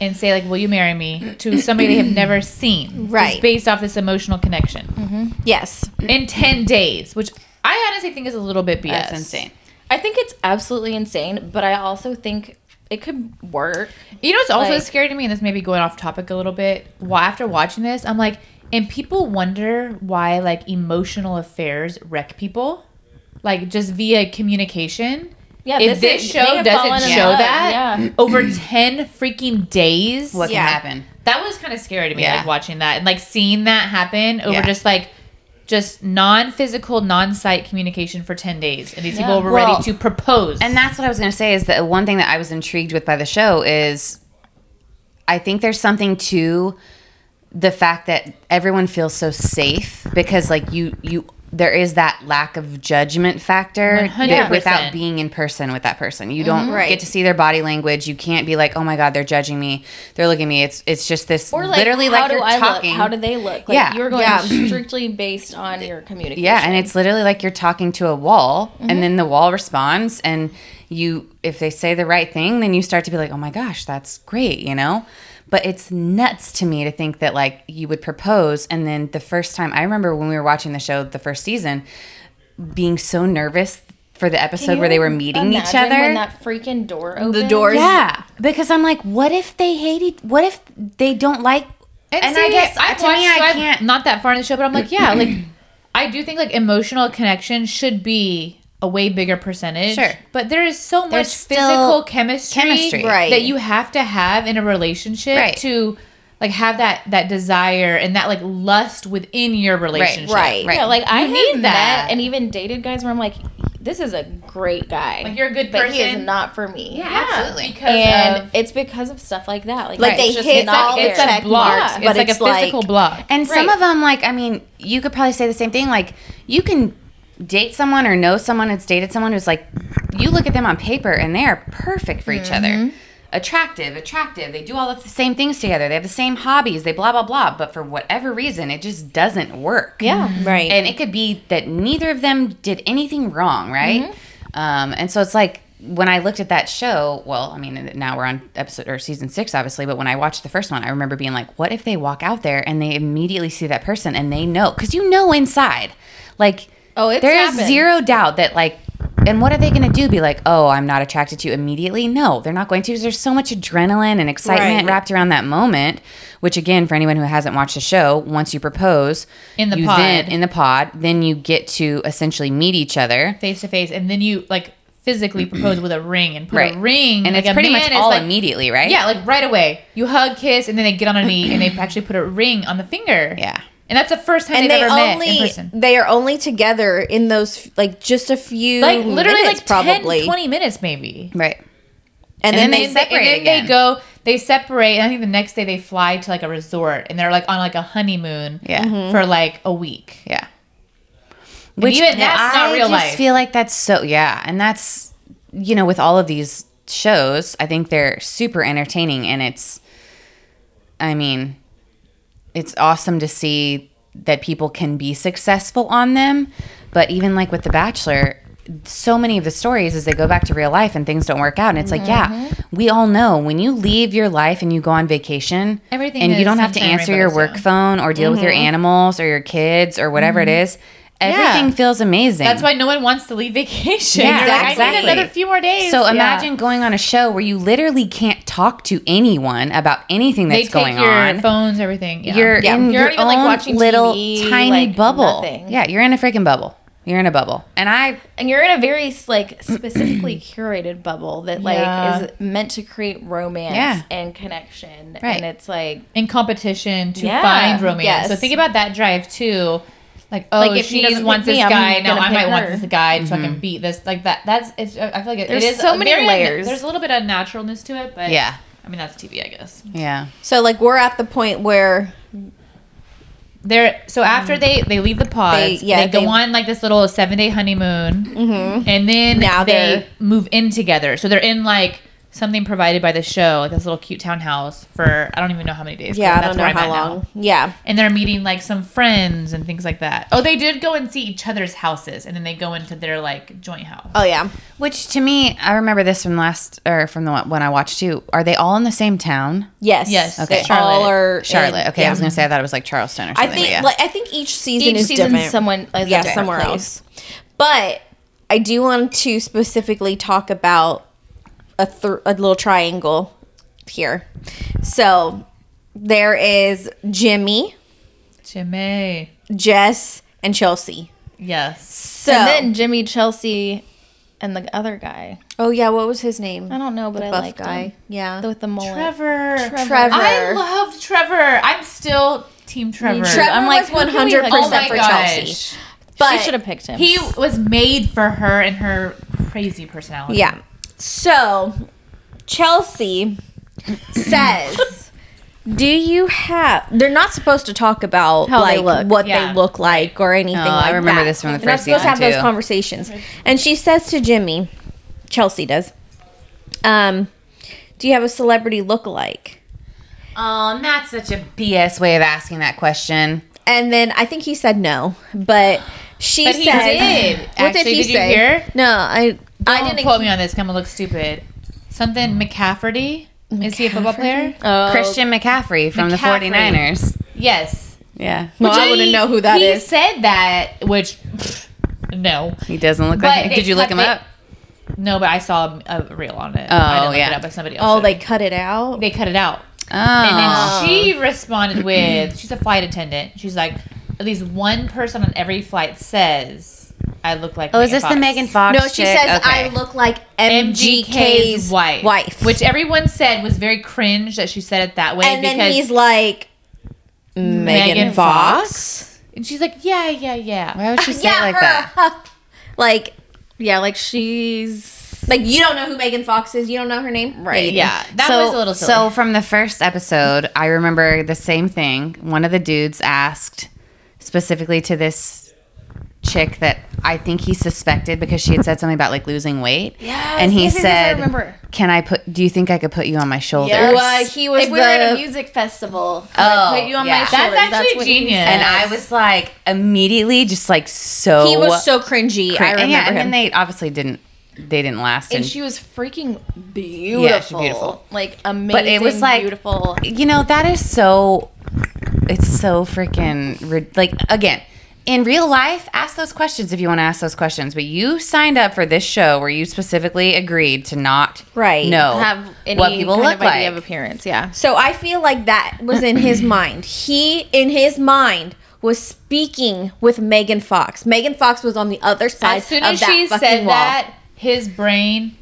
[SPEAKER 4] and say like, "Will you marry me?" to somebody they have never seen,
[SPEAKER 1] Right.
[SPEAKER 4] Just based off this emotional connection
[SPEAKER 3] Mm-hmm.
[SPEAKER 1] yes,
[SPEAKER 4] in ten days, which I honestly think is a little bit BS.
[SPEAKER 3] That's insane.
[SPEAKER 2] I think it's absolutely insane, but I also think it could work.
[SPEAKER 4] You know what's also
[SPEAKER 2] Like-
[SPEAKER 4] scary to me, and this may be going off topic a little bit. Well, after watching this, I'm like, and people wonder why like emotional affairs wreck people, like just via communication.
[SPEAKER 2] Yeah,
[SPEAKER 4] if this,
[SPEAKER 2] is- they
[SPEAKER 4] show
[SPEAKER 2] have
[SPEAKER 4] doesn't
[SPEAKER 2] fallen in
[SPEAKER 4] show
[SPEAKER 2] love,
[SPEAKER 4] that
[SPEAKER 2] yeah.
[SPEAKER 4] over ten freaking days,
[SPEAKER 3] What
[SPEAKER 1] Yeah.
[SPEAKER 3] can happen?
[SPEAKER 4] that was kind of scary to me
[SPEAKER 3] Yeah.
[SPEAKER 4] like watching that and like seeing that happen over
[SPEAKER 3] Yeah.
[SPEAKER 4] just like just non-physical non-sight communication for 10 days and these people were
[SPEAKER 3] Well,
[SPEAKER 4] ready to propose
[SPEAKER 3] And that's what I was going to say is that one thing that I was intrigued with by the show is I think there's something to the fact that everyone feels so safe because like you you there is that lack of judgment factor that
[SPEAKER 4] 100%.
[SPEAKER 3] without being in person with that person. You
[SPEAKER 2] Mm-hmm.
[SPEAKER 3] don't
[SPEAKER 1] Right.
[SPEAKER 3] get to see their body language. You can't be like, "Oh my god, they're judging me. They're looking at me." It's it's just this
[SPEAKER 2] Or like,
[SPEAKER 3] literally
[SPEAKER 2] how
[SPEAKER 3] like
[SPEAKER 2] do
[SPEAKER 3] you're
[SPEAKER 2] I
[SPEAKER 3] talking.
[SPEAKER 2] look? How do they look? Like,
[SPEAKER 3] Yeah.
[SPEAKER 2] you're going
[SPEAKER 1] Yeah.
[SPEAKER 2] strictly based on your communication.
[SPEAKER 3] Yeah, and it's literally like you're talking to a wall, and then the wall responds, and you, if they say the right thing, then you start to be like, oh my gosh, that's great, you know? But it's nuts to me to think that like you would propose, and then the first time, I remember when we were watching the show the first season, being so nervous for the episode where they were meeting each
[SPEAKER 2] Imagine
[SPEAKER 3] other.
[SPEAKER 2] when that freaking door opens.
[SPEAKER 1] doors-
[SPEAKER 3] Yeah, because I'm like, what if they hate? Each, what if they don't like
[SPEAKER 4] And,
[SPEAKER 3] And
[SPEAKER 4] see,
[SPEAKER 3] I guess,
[SPEAKER 4] I've
[SPEAKER 3] to me,
[SPEAKER 4] watched-
[SPEAKER 3] I
[SPEAKER 4] so I'm
[SPEAKER 3] can't-
[SPEAKER 4] not that far in the show, but I'm like, yeah, like I do think like emotional connection should be a way bigger percentage.
[SPEAKER 3] Sure.
[SPEAKER 4] but there is so much
[SPEAKER 3] There's still
[SPEAKER 4] physical chemistry,
[SPEAKER 3] chemistry.
[SPEAKER 1] Right.
[SPEAKER 4] that you have to have in a relationship
[SPEAKER 3] Right.
[SPEAKER 4] to like have that that desire and that like lust within your relationship.
[SPEAKER 1] Right.
[SPEAKER 3] Right.
[SPEAKER 2] Yeah, like I
[SPEAKER 4] need
[SPEAKER 2] need
[SPEAKER 4] that.
[SPEAKER 2] that, and even dated guys where I'm like, this is a great guy,
[SPEAKER 4] Like, you're a good
[SPEAKER 2] but he is
[SPEAKER 4] person.
[SPEAKER 2] not for me.
[SPEAKER 4] absolutely. Because
[SPEAKER 2] and
[SPEAKER 4] of-
[SPEAKER 2] it's because of stuff like that. Like,
[SPEAKER 1] Like
[SPEAKER 2] it's
[SPEAKER 1] they
[SPEAKER 2] just
[SPEAKER 1] hit
[SPEAKER 2] not
[SPEAKER 1] all
[SPEAKER 2] there.
[SPEAKER 1] their check marks,
[SPEAKER 2] Yeah.
[SPEAKER 1] but it's
[SPEAKER 4] a physical
[SPEAKER 1] like-
[SPEAKER 4] block.
[SPEAKER 3] And some
[SPEAKER 2] Right.
[SPEAKER 3] of them, like, I mean, you could probably say the same thing. Like, you can date someone or know someone that's dated someone who's like, you look at them on paper and they're perfect for each
[SPEAKER 2] Mm-hmm.
[SPEAKER 3] other. Attractive, attractive. They do all of the same things together. They have the same hobbies. They blah, blah, blah. But for whatever reason, it just doesn't work.
[SPEAKER 2] Yeah.
[SPEAKER 1] Right.
[SPEAKER 3] And it could be that neither of them did anything wrong, right?
[SPEAKER 2] Mm-hmm.
[SPEAKER 3] Um, and so it's like when I looked at that show, well, I mean, now we're on episode or season six, obviously, but when I watched the first one, I remember being like, what if they walk out there and they immediately see that person and they know? Because you know inside, like,
[SPEAKER 2] Oh, it's
[SPEAKER 3] there is
[SPEAKER 2] happened.
[SPEAKER 3] zero doubt that, like, and what are they going to do? Be like, oh, I'm not attracted to you immediately? No, they're not going to. 'cause There's so much adrenaline and excitement
[SPEAKER 1] Right.
[SPEAKER 3] wrapped around that moment. Which, again, for anyone who hasn't watched the show, once you propose,
[SPEAKER 4] In the
[SPEAKER 3] you
[SPEAKER 4] pod.
[SPEAKER 3] then- in the pod, then you get to essentially meet each other.
[SPEAKER 4] face to face, and then you like physically propose with a ring and put
[SPEAKER 3] Right.
[SPEAKER 4] a ring,
[SPEAKER 3] And
[SPEAKER 4] Mm, like,
[SPEAKER 3] it's
[SPEAKER 4] a
[SPEAKER 3] pretty much
[SPEAKER 4] man is,
[SPEAKER 3] all
[SPEAKER 4] like,
[SPEAKER 3] immediately, right?
[SPEAKER 4] Yeah, like right away. You hug, kiss, and then they get on a knee and they actually put a ring on the finger.
[SPEAKER 3] Yeah.
[SPEAKER 4] And that's the first time
[SPEAKER 1] and
[SPEAKER 4] they've
[SPEAKER 1] they
[SPEAKER 4] ever met in
[SPEAKER 1] only
[SPEAKER 4] person.
[SPEAKER 1] they are only together in those like just a few
[SPEAKER 4] Like literally
[SPEAKER 1] minutes,
[SPEAKER 4] like 10,
[SPEAKER 1] probably
[SPEAKER 4] 20 minutes maybe.
[SPEAKER 3] Right.
[SPEAKER 4] And
[SPEAKER 1] and,
[SPEAKER 4] then,
[SPEAKER 1] then,
[SPEAKER 4] they,
[SPEAKER 1] they,
[SPEAKER 3] separate
[SPEAKER 4] and then
[SPEAKER 3] again.
[SPEAKER 4] they go, they separate, and I think the next day they fly to like a resort and they're like on like a honeymoon
[SPEAKER 3] Yeah. Mhm.
[SPEAKER 4] for like a week.
[SPEAKER 3] Yeah.
[SPEAKER 4] And even that's not real
[SPEAKER 3] I
[SPEAKER 4] life.
[SPEAKER 3] just feel like that's so yeah, and that's you know with all of these shows, I think they're super entertaining, and it's, I mean, it's awesome to see that people can be successful on them, but even like with The Bachelor. So many of the stories is they go back to real life and things don't work out, and it's like, yeah,
[SPEAKER 4] Mm-hmm.
[SPEAKER 3] we all know when you leave your life and you go on vacation,
[SPEAKER 4] Everything
[SPEAKER 3] and you
[SPEAKER 4] is
[SPEAKER 3] don't have to
[SPEAKER 4] sunshine and
[SPEAKER 3] answer your
[SPEAKER 4] rainbows,
[SPEAKER 3] work
[SPEAKER 4] yeah.
[SPEAKER 3] phone or deal with your animals or your kids or whatever it is. Everything feels amazing.
[SPEAKER 4] That's why no one wants to leave vacation.
[SPEAKER 3] Yeah,
[SPEAKER 4] You're like, I need
[SPEAKER 3] exactly.
[SPEAKER 4] another few more days.
[SPEAKER 3] So
[SPEAKER 4] Yeah.
[SPEAKER 3] imagine going on a show where you literally can't talk to anyone about anything
[SPEAKER 4] they
[SPEAKER 3] that's
[SPEAKER 4] take
[SPEAKER 3] going
[SPEAKER 4] your
[SPEAKER 3] on.
[SPEAKER 4] phones, everything. Yeah.
[SPEAKER 3] You're
[SPEAKER 1] Yeah.
[SPEAKER 3] in
[SPEAKER 2] You're
[SPEAKER 3] your
[SPEAKER 2] not even, like,
[SPEAKER 3] own
[SPEAKER 2] watching
[SPEAKER 3] little
[SPEAKER 2] TV,
[SPEAKER 3] tiny
[SPEAKER 2] like,
[SPEAKER 3] bubble.
[SPEAKER 2] nothing.
[SPEAKER 3] Yeah, you're in a freaking bubble. You're in a bubble, and I
[SPEAKER 2] and you're in a very like specifically curated bubble that like
[SPEAKER 4] Yeah.
[SPEAKER 2] is meant to create romance
[SPEAKER 3] Yeah.
[SPEAKER 2] and connection.
[SPEAKER 3] Right.
[SPEAKER 2] And it's like
[SPEAKER 4] in competition to
[SPEAKER 2] Yeah,
[SPEAKER 4] find romance.
[SPEAKER 1] yes.
[SPEAKER 4] So think about that drive too. Like oh,
[SPEAKER 2] Like,
[SPEAKER 4] if
[SPEAKER 2] if he
[SPEAKER 4] she
[SPEAKER 2] doesn't
[SPEAKER 4] wants
[SPEAKER 2] pick
[SPEAKER 4] this
[SPEAKER 2] me, I'm
[SPEAKER 4] guy, now
[SPEAKER 2] gonna
[SPEAKER 4] I
[SPEAKER 2] pick
[SPEAKER 4] might want
[SPEAKER 2] her.
[SPEAKER 4] this guy so I can beat this. Like that. That's it's. I feel like it,
[SPEAKER 2] There's
[SPEAKER 4] it is
[SPEAKER 2] so many
[SPEAKER 4] very-
[SPEAKER 2] layers.
[SPEAKER 4] There's a little bit of naturalness to it, but
[SPEAKER 3] yeah
[SPEAKER 4] I mean that's TV, I guess.
[SPEAKER 3] yeah
[SPEAKER 1] so like we're at the point where
[SPEAKER 4] They're so after they they leave the pods,
[SPEAKER 1] They-
[SPEAKER 4] they,
[SPEAKER 1] yeah,
[SPEAKER 4] go
[SPEAKER 1] they-
[SPEAKER 4] on like this little seven day honeymoon, and then
[SPEAKER 1] Now they're-
[SPEAKER 4] they move in together. So they're in like something provided by the show, like this little cute townhouse for I don't even know how many days.
[SPEAKER 1] yeah
[SPEAKER 4] but
[SPEAKER 1] i
[SPEAKER 4] that's
[SPEAKER 1] don't know
[SPEAKER 4] where I'm
[SPEAKER 1] how
[SPEAKER 4] at now.
[SPEAKER 1] long yeah
[SPEAKER 4] and they're meeting like some friends and things like that. Oh, they did go and see each other's houses, and then they go into their like joint house.
[SPEAKER 1] oh yeah
[SPEAKER 3] which to me i remember this from last or from the one when i watched too are they all in the same town
[SPEAKER 1] yes
[SPEAKER 4] Yes,
[SPEAKER 1] okay they
[SPEAKER 4] okay.
[SPEAKER 1] all
[SPEAKER 4] Charlotte.
[SPEAKER 1] are in-
[SPEAKER 3] charlotte okay i
[SPEAKER 1] yeah.
[SPEAKER 3] was gonna say i thought it was like charleston or
[SPEAKER 1] i
[SPEAKER 3] something but
[SPEAKER 1] think
[SPEAKER 3] yeah.
[SPEAKER 1] like i think each season
[SPEAKER 2] each
[SPEAKER 1] is
[SPEAKER 2] season
[SPEAKER 1] different
[SPEAKER 2] someone is
[SPEAKER 1] yeah
[SPEAKER 2] a different
[SPEAKER 1] somewhere
[SPEAKER 2] place.
[SPEAKER 1] else but i do want to specifically talk about a, th- a little triangle here so there is jimmy
[SPEAKER 4] Jimmy,
[SPEAKER 1] jess and chelsea
[SPEAKER 4] yes,
[SPEAKER 1] so
[SPEAKER 2] And then Jimmy Chelsea and the other guy.
[SPEAKER 1] oh yeah what was his name
[SPEAKER 2] I don't know, but I
[SPEAKER 1] buff
[SPEAKER 2] like
[SPEAKER 1] guy
[SPEAKER 2] guy
[SPEAKER 1] yeah
[SPEAKER 2] with the mullet.
[SPEAKER 4] Trevor.
[SPEAKER 1] Trevor.
[SPEAKER 4] I love Trevor. I'm still team Trevor.
[SPEAKER 2] too.
[SPEAKER 1] Trevor
[SPEAKER 2] I'm
[SPEAKER 1] was
[SPEAKER 2] like, who
[SPEAKER 1] one
[SPEAKER 2] can we,
[SPEAKER 1] hundred
[SPEAKER 2] like,
[SPEAKER 4] Oh my
[SPEAKER 1] percent for
[SPEAKER 4] gosh.
[SPEAKER 1] Chelsea, but
[SPEAKER 2] she should have picked him.
[SPEAKER 4] He was made for her and her crazy personality.
[SPEAKER 1] yeah. So Chelsea says, "Do you have?" They're not supposed to talk about
[SPEAKER 2] How
[SPEAKER 1] like
[SPEAKER 2] they look,
[SPEAKER 1] what
[SPEAKER 4] yeah.
[SPEAKER 1] they look like or anything.
[SPEAKER 3] Oh, I
[SPEAKER 1] like
[SPEAKER 3] remember
[SPEAKER 1] that.
[SPEAKER 3] this from the
[SPEAKER 1] They're not
[SPEAKER 3] first
[SPEAKER 1] supposed to have
[SPEAKER 3] season,
[SPEAKER 1] those
[SPEAKER 3] too.
[SPEAKER 1] conversations. And she says to Jimmy, Chelsea does, um, "Do you have a celebrity look-alike?"
[SPEAKER 3] oh that's such a bs way of asking that question
[SPEAKER 1] And then I think he said no, but she
[SPEAKER 4] But he
[SPEAKER 1] says,
[SPEAKER 4] did.
[SPEAKER 1] "What
[SPEAKER 4] Actually,
[SPEAKER 1] did he
[SPEAKER 4] did you
[SPEAKER 1] say?"
[SPEAKER 4] hear?
[SPEAKER 1] No, I I
[SPEAKER 4] Don't
[SPEAKER 1] didn't
[SPEAKER 4] quote me on this. 'cause I'm gonna look stupid. Something McCafferty. Is he a football player?
[SPEAKER 2] Oh,
[SPEAKER 3] christian mccaffrey from
[SPEAKER 4] McCaffrey.
[SPEAKER 3] the 49ers
[SPEAKER 4] Yes.
[SPEAKER 3] yeah
[SPEAKER 1] Well, I wouldn't know who that
[SPEAKER 4] he
[SPEAKER 1] is.
[SPEAKER 4] said that, which pfft, no.
[SPEAKER 3] he doesn't look
[SPEAKER 4] But
[SPEAKER 3] like
[SPEAKER 4] they
[SPEAKER 3] did you look
[SPEAKER 4] cut
[SPEAKER 3] him
[SPEAKER 4] the-
[SPEAKER 3] up
[SPEAKER 4] No, but I saw a, a reel on it. I
[SPEAKER 3] Oh,
[SPEAKER 4] didn't look
[SPEAKER 3] yeah.
[SPEAKER 4] it up, but somebody else.
[SPEAKER 1] Oh,
[SPEAKER 4] showed
[SPEAKER 1] they
[SPEAKER 4] me.
[SPEAKER 1] cut it out.
[SPEAKER 4] they cut it out. And
[SPEAKER 3] Oh.
[SPEAKER 4] then she responded with, she's a flight attendant. She's like, at least one person on every flight says, I look like
[SPEAKER 3] Oh, is this the Megan
[SPEAKER 4] Megan
[SPEAKER 3] Fox?
[SPEAKER 1] No, she
[SPEAKER 3] chick?
[SPEAKER 1] says
[SPEAKER 3] Okay.
[SPEAKER 1] I look like
[SPEAKER 4] MGK's
[SPEAKER 1] MGK's
[SPEAKER 4] wife,
[SPEAKER 1] wife.
[SPEAKER 4] Which everyone said was very cringe that she said it that way.
[SPEAKER 1] and
[SPEAKER 4] because,
[SPEAKER 1] then he's like Megan
[SPEAKER 4] Megan
[SPEAKER 1] Fox.
[SPEAKER 4] and she's like, yeah, yeah, yeah.
[SPEAKER 3] Why would she say it like that?
[SPEAKER 1] Like yeah, like she's like you don't know who Megan Fox is. You don't know her name, right?
[SPEAKER 4] Yeah, that
[SPEAKER 3] so,
[SPEAKER 4] was a little silly.
[SPEAKER 3] So from the first episode, I remember the same thing. One of the dudes asked specifically to this chick that I think he suspected because she had said something about like losing weight. Yeah. And he
[SPEAKER 2] yes, yes, yes, I
[SPEAKER 3] said,
[SPEAKER 2] remember.
[SPEAKER 3] "Can I put? Do you think I could put you on my shoulder?"
[SPEAKER 1] Yes. Well, he was
[SPEAKER 2] if we were at
[SPEAKER 1] the-
[SPEAKER 2] a music festival,
[SPEAKER 3] Oh,
[SPEAKER 2] oh, put you on
[SPEAKER 3] yeah.
[SPEAKER 2] my
[SPEAKER 3] That's
[SPEAKER 2] shoulders.
[SPEAKER 4] actually
[SPEAKER 2] what he
[SPEAKER 4] genius.
[SPEAKER 2] said.
[SPEAKER 3] And I was like immediately just like so.
[SPEAKER 1] He was so cringy. I
[SPEAKER 3] cra-
[SPEAKER 1] remember
[SPEAKER 3] and yeah, and then
[SPEAKER 1] him.
[SPEAKER 3] they obviously didn't. They didn't last.
[SPEAKER 2] and
[SPEAKER 3] and-
[SPEAKER 2] she was freaking beautiful.
[SPEAKER 3] Yeah, she's beautiful.
[SPEAKER 2] Like amazing.
[SPEAKER 3] it was, like,
[SPEAKER 2] beautiful.
[SPEAKER 3] you know that is so it's so freaking rid- like again in real life ask those questions if you want to ask those questions but you signed up for this show where you specifically agreed to not
[SPEAKER 1] Right.
[SPEAKER 3] know
[SPEAKER 2] Have any
[SPEAKER 3] what people
[SPEAKER 2] kind
[SPEAKER 3] look
[SPEAKER 2] of
[SPEAKER 3] like
[SPEAKER 2] idea of appearance? Yeah.
[SPEAKER 1] So I feel like that was in his mind. He, in his mind, was speaking with Megan Fox. Megan Fox was on the other side
[SPEAKER 4] as soon
[SPEAKER 1] of
[SPEAKER 4] as
[SPEAKER 1] that
[SPEAKER 4] she
[SPEAKER 1] fucking
[SPEAKER 4] said
[SPEAKER 1] wall.
[SPEAKER 4] that, his brain,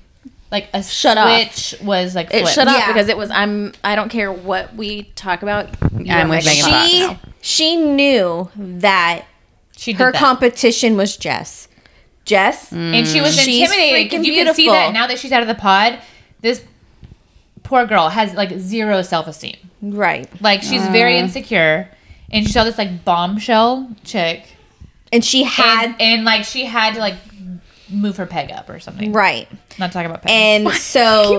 [SPEAKER 4] like a
[SPEAKER 2] Shut off.
[SPEAKER 4] switch, was like
[SPEAKER 2] It
[SPEAKER 4] flipped.
[SPEAKER 2] shut up
[SPEAKER 1] Yeah.
[SPEAKER 2] because it was I'm I don't care what we talk about. you're
[SPEAKER 3] I'm
[SPEAKER 2] my
[SPEAKER 3] with Megan Fox.
[SPEAKER 1] she she knew that
[SPEAKER 4] She did
[SPEAKER 1] her
[SPEAKER 4] that. Mm.
[SPEAKER 1] competition was Jess. Jess,
[SPEAKER 4] and she was
[SPEAKER 1] Mm. She's
[SPEAKER 4] intimidated. 'cause
[SPEAKER 1] freaking
[SPEAKER 4] You can see that
[SPEAKER 1] beautiful.
[SPEAKER 4] now that she's out of the pod. This poor girl has like zero self esteem.
[SPEAKER 1] right?
[SPEAKER 4] Like she's very
[SPEAKER 1] Mm.
[SPEAKER 4] insecure, and she saw this like bombshell chick,
[SPEAKER 1] And she had
[SPEAKER 4] and, and like she had to like move her peg up or something.
[SPEAKER 1] right.
[SPEAKER 4] Not talking about pegs.
[SPEAKER 1] And so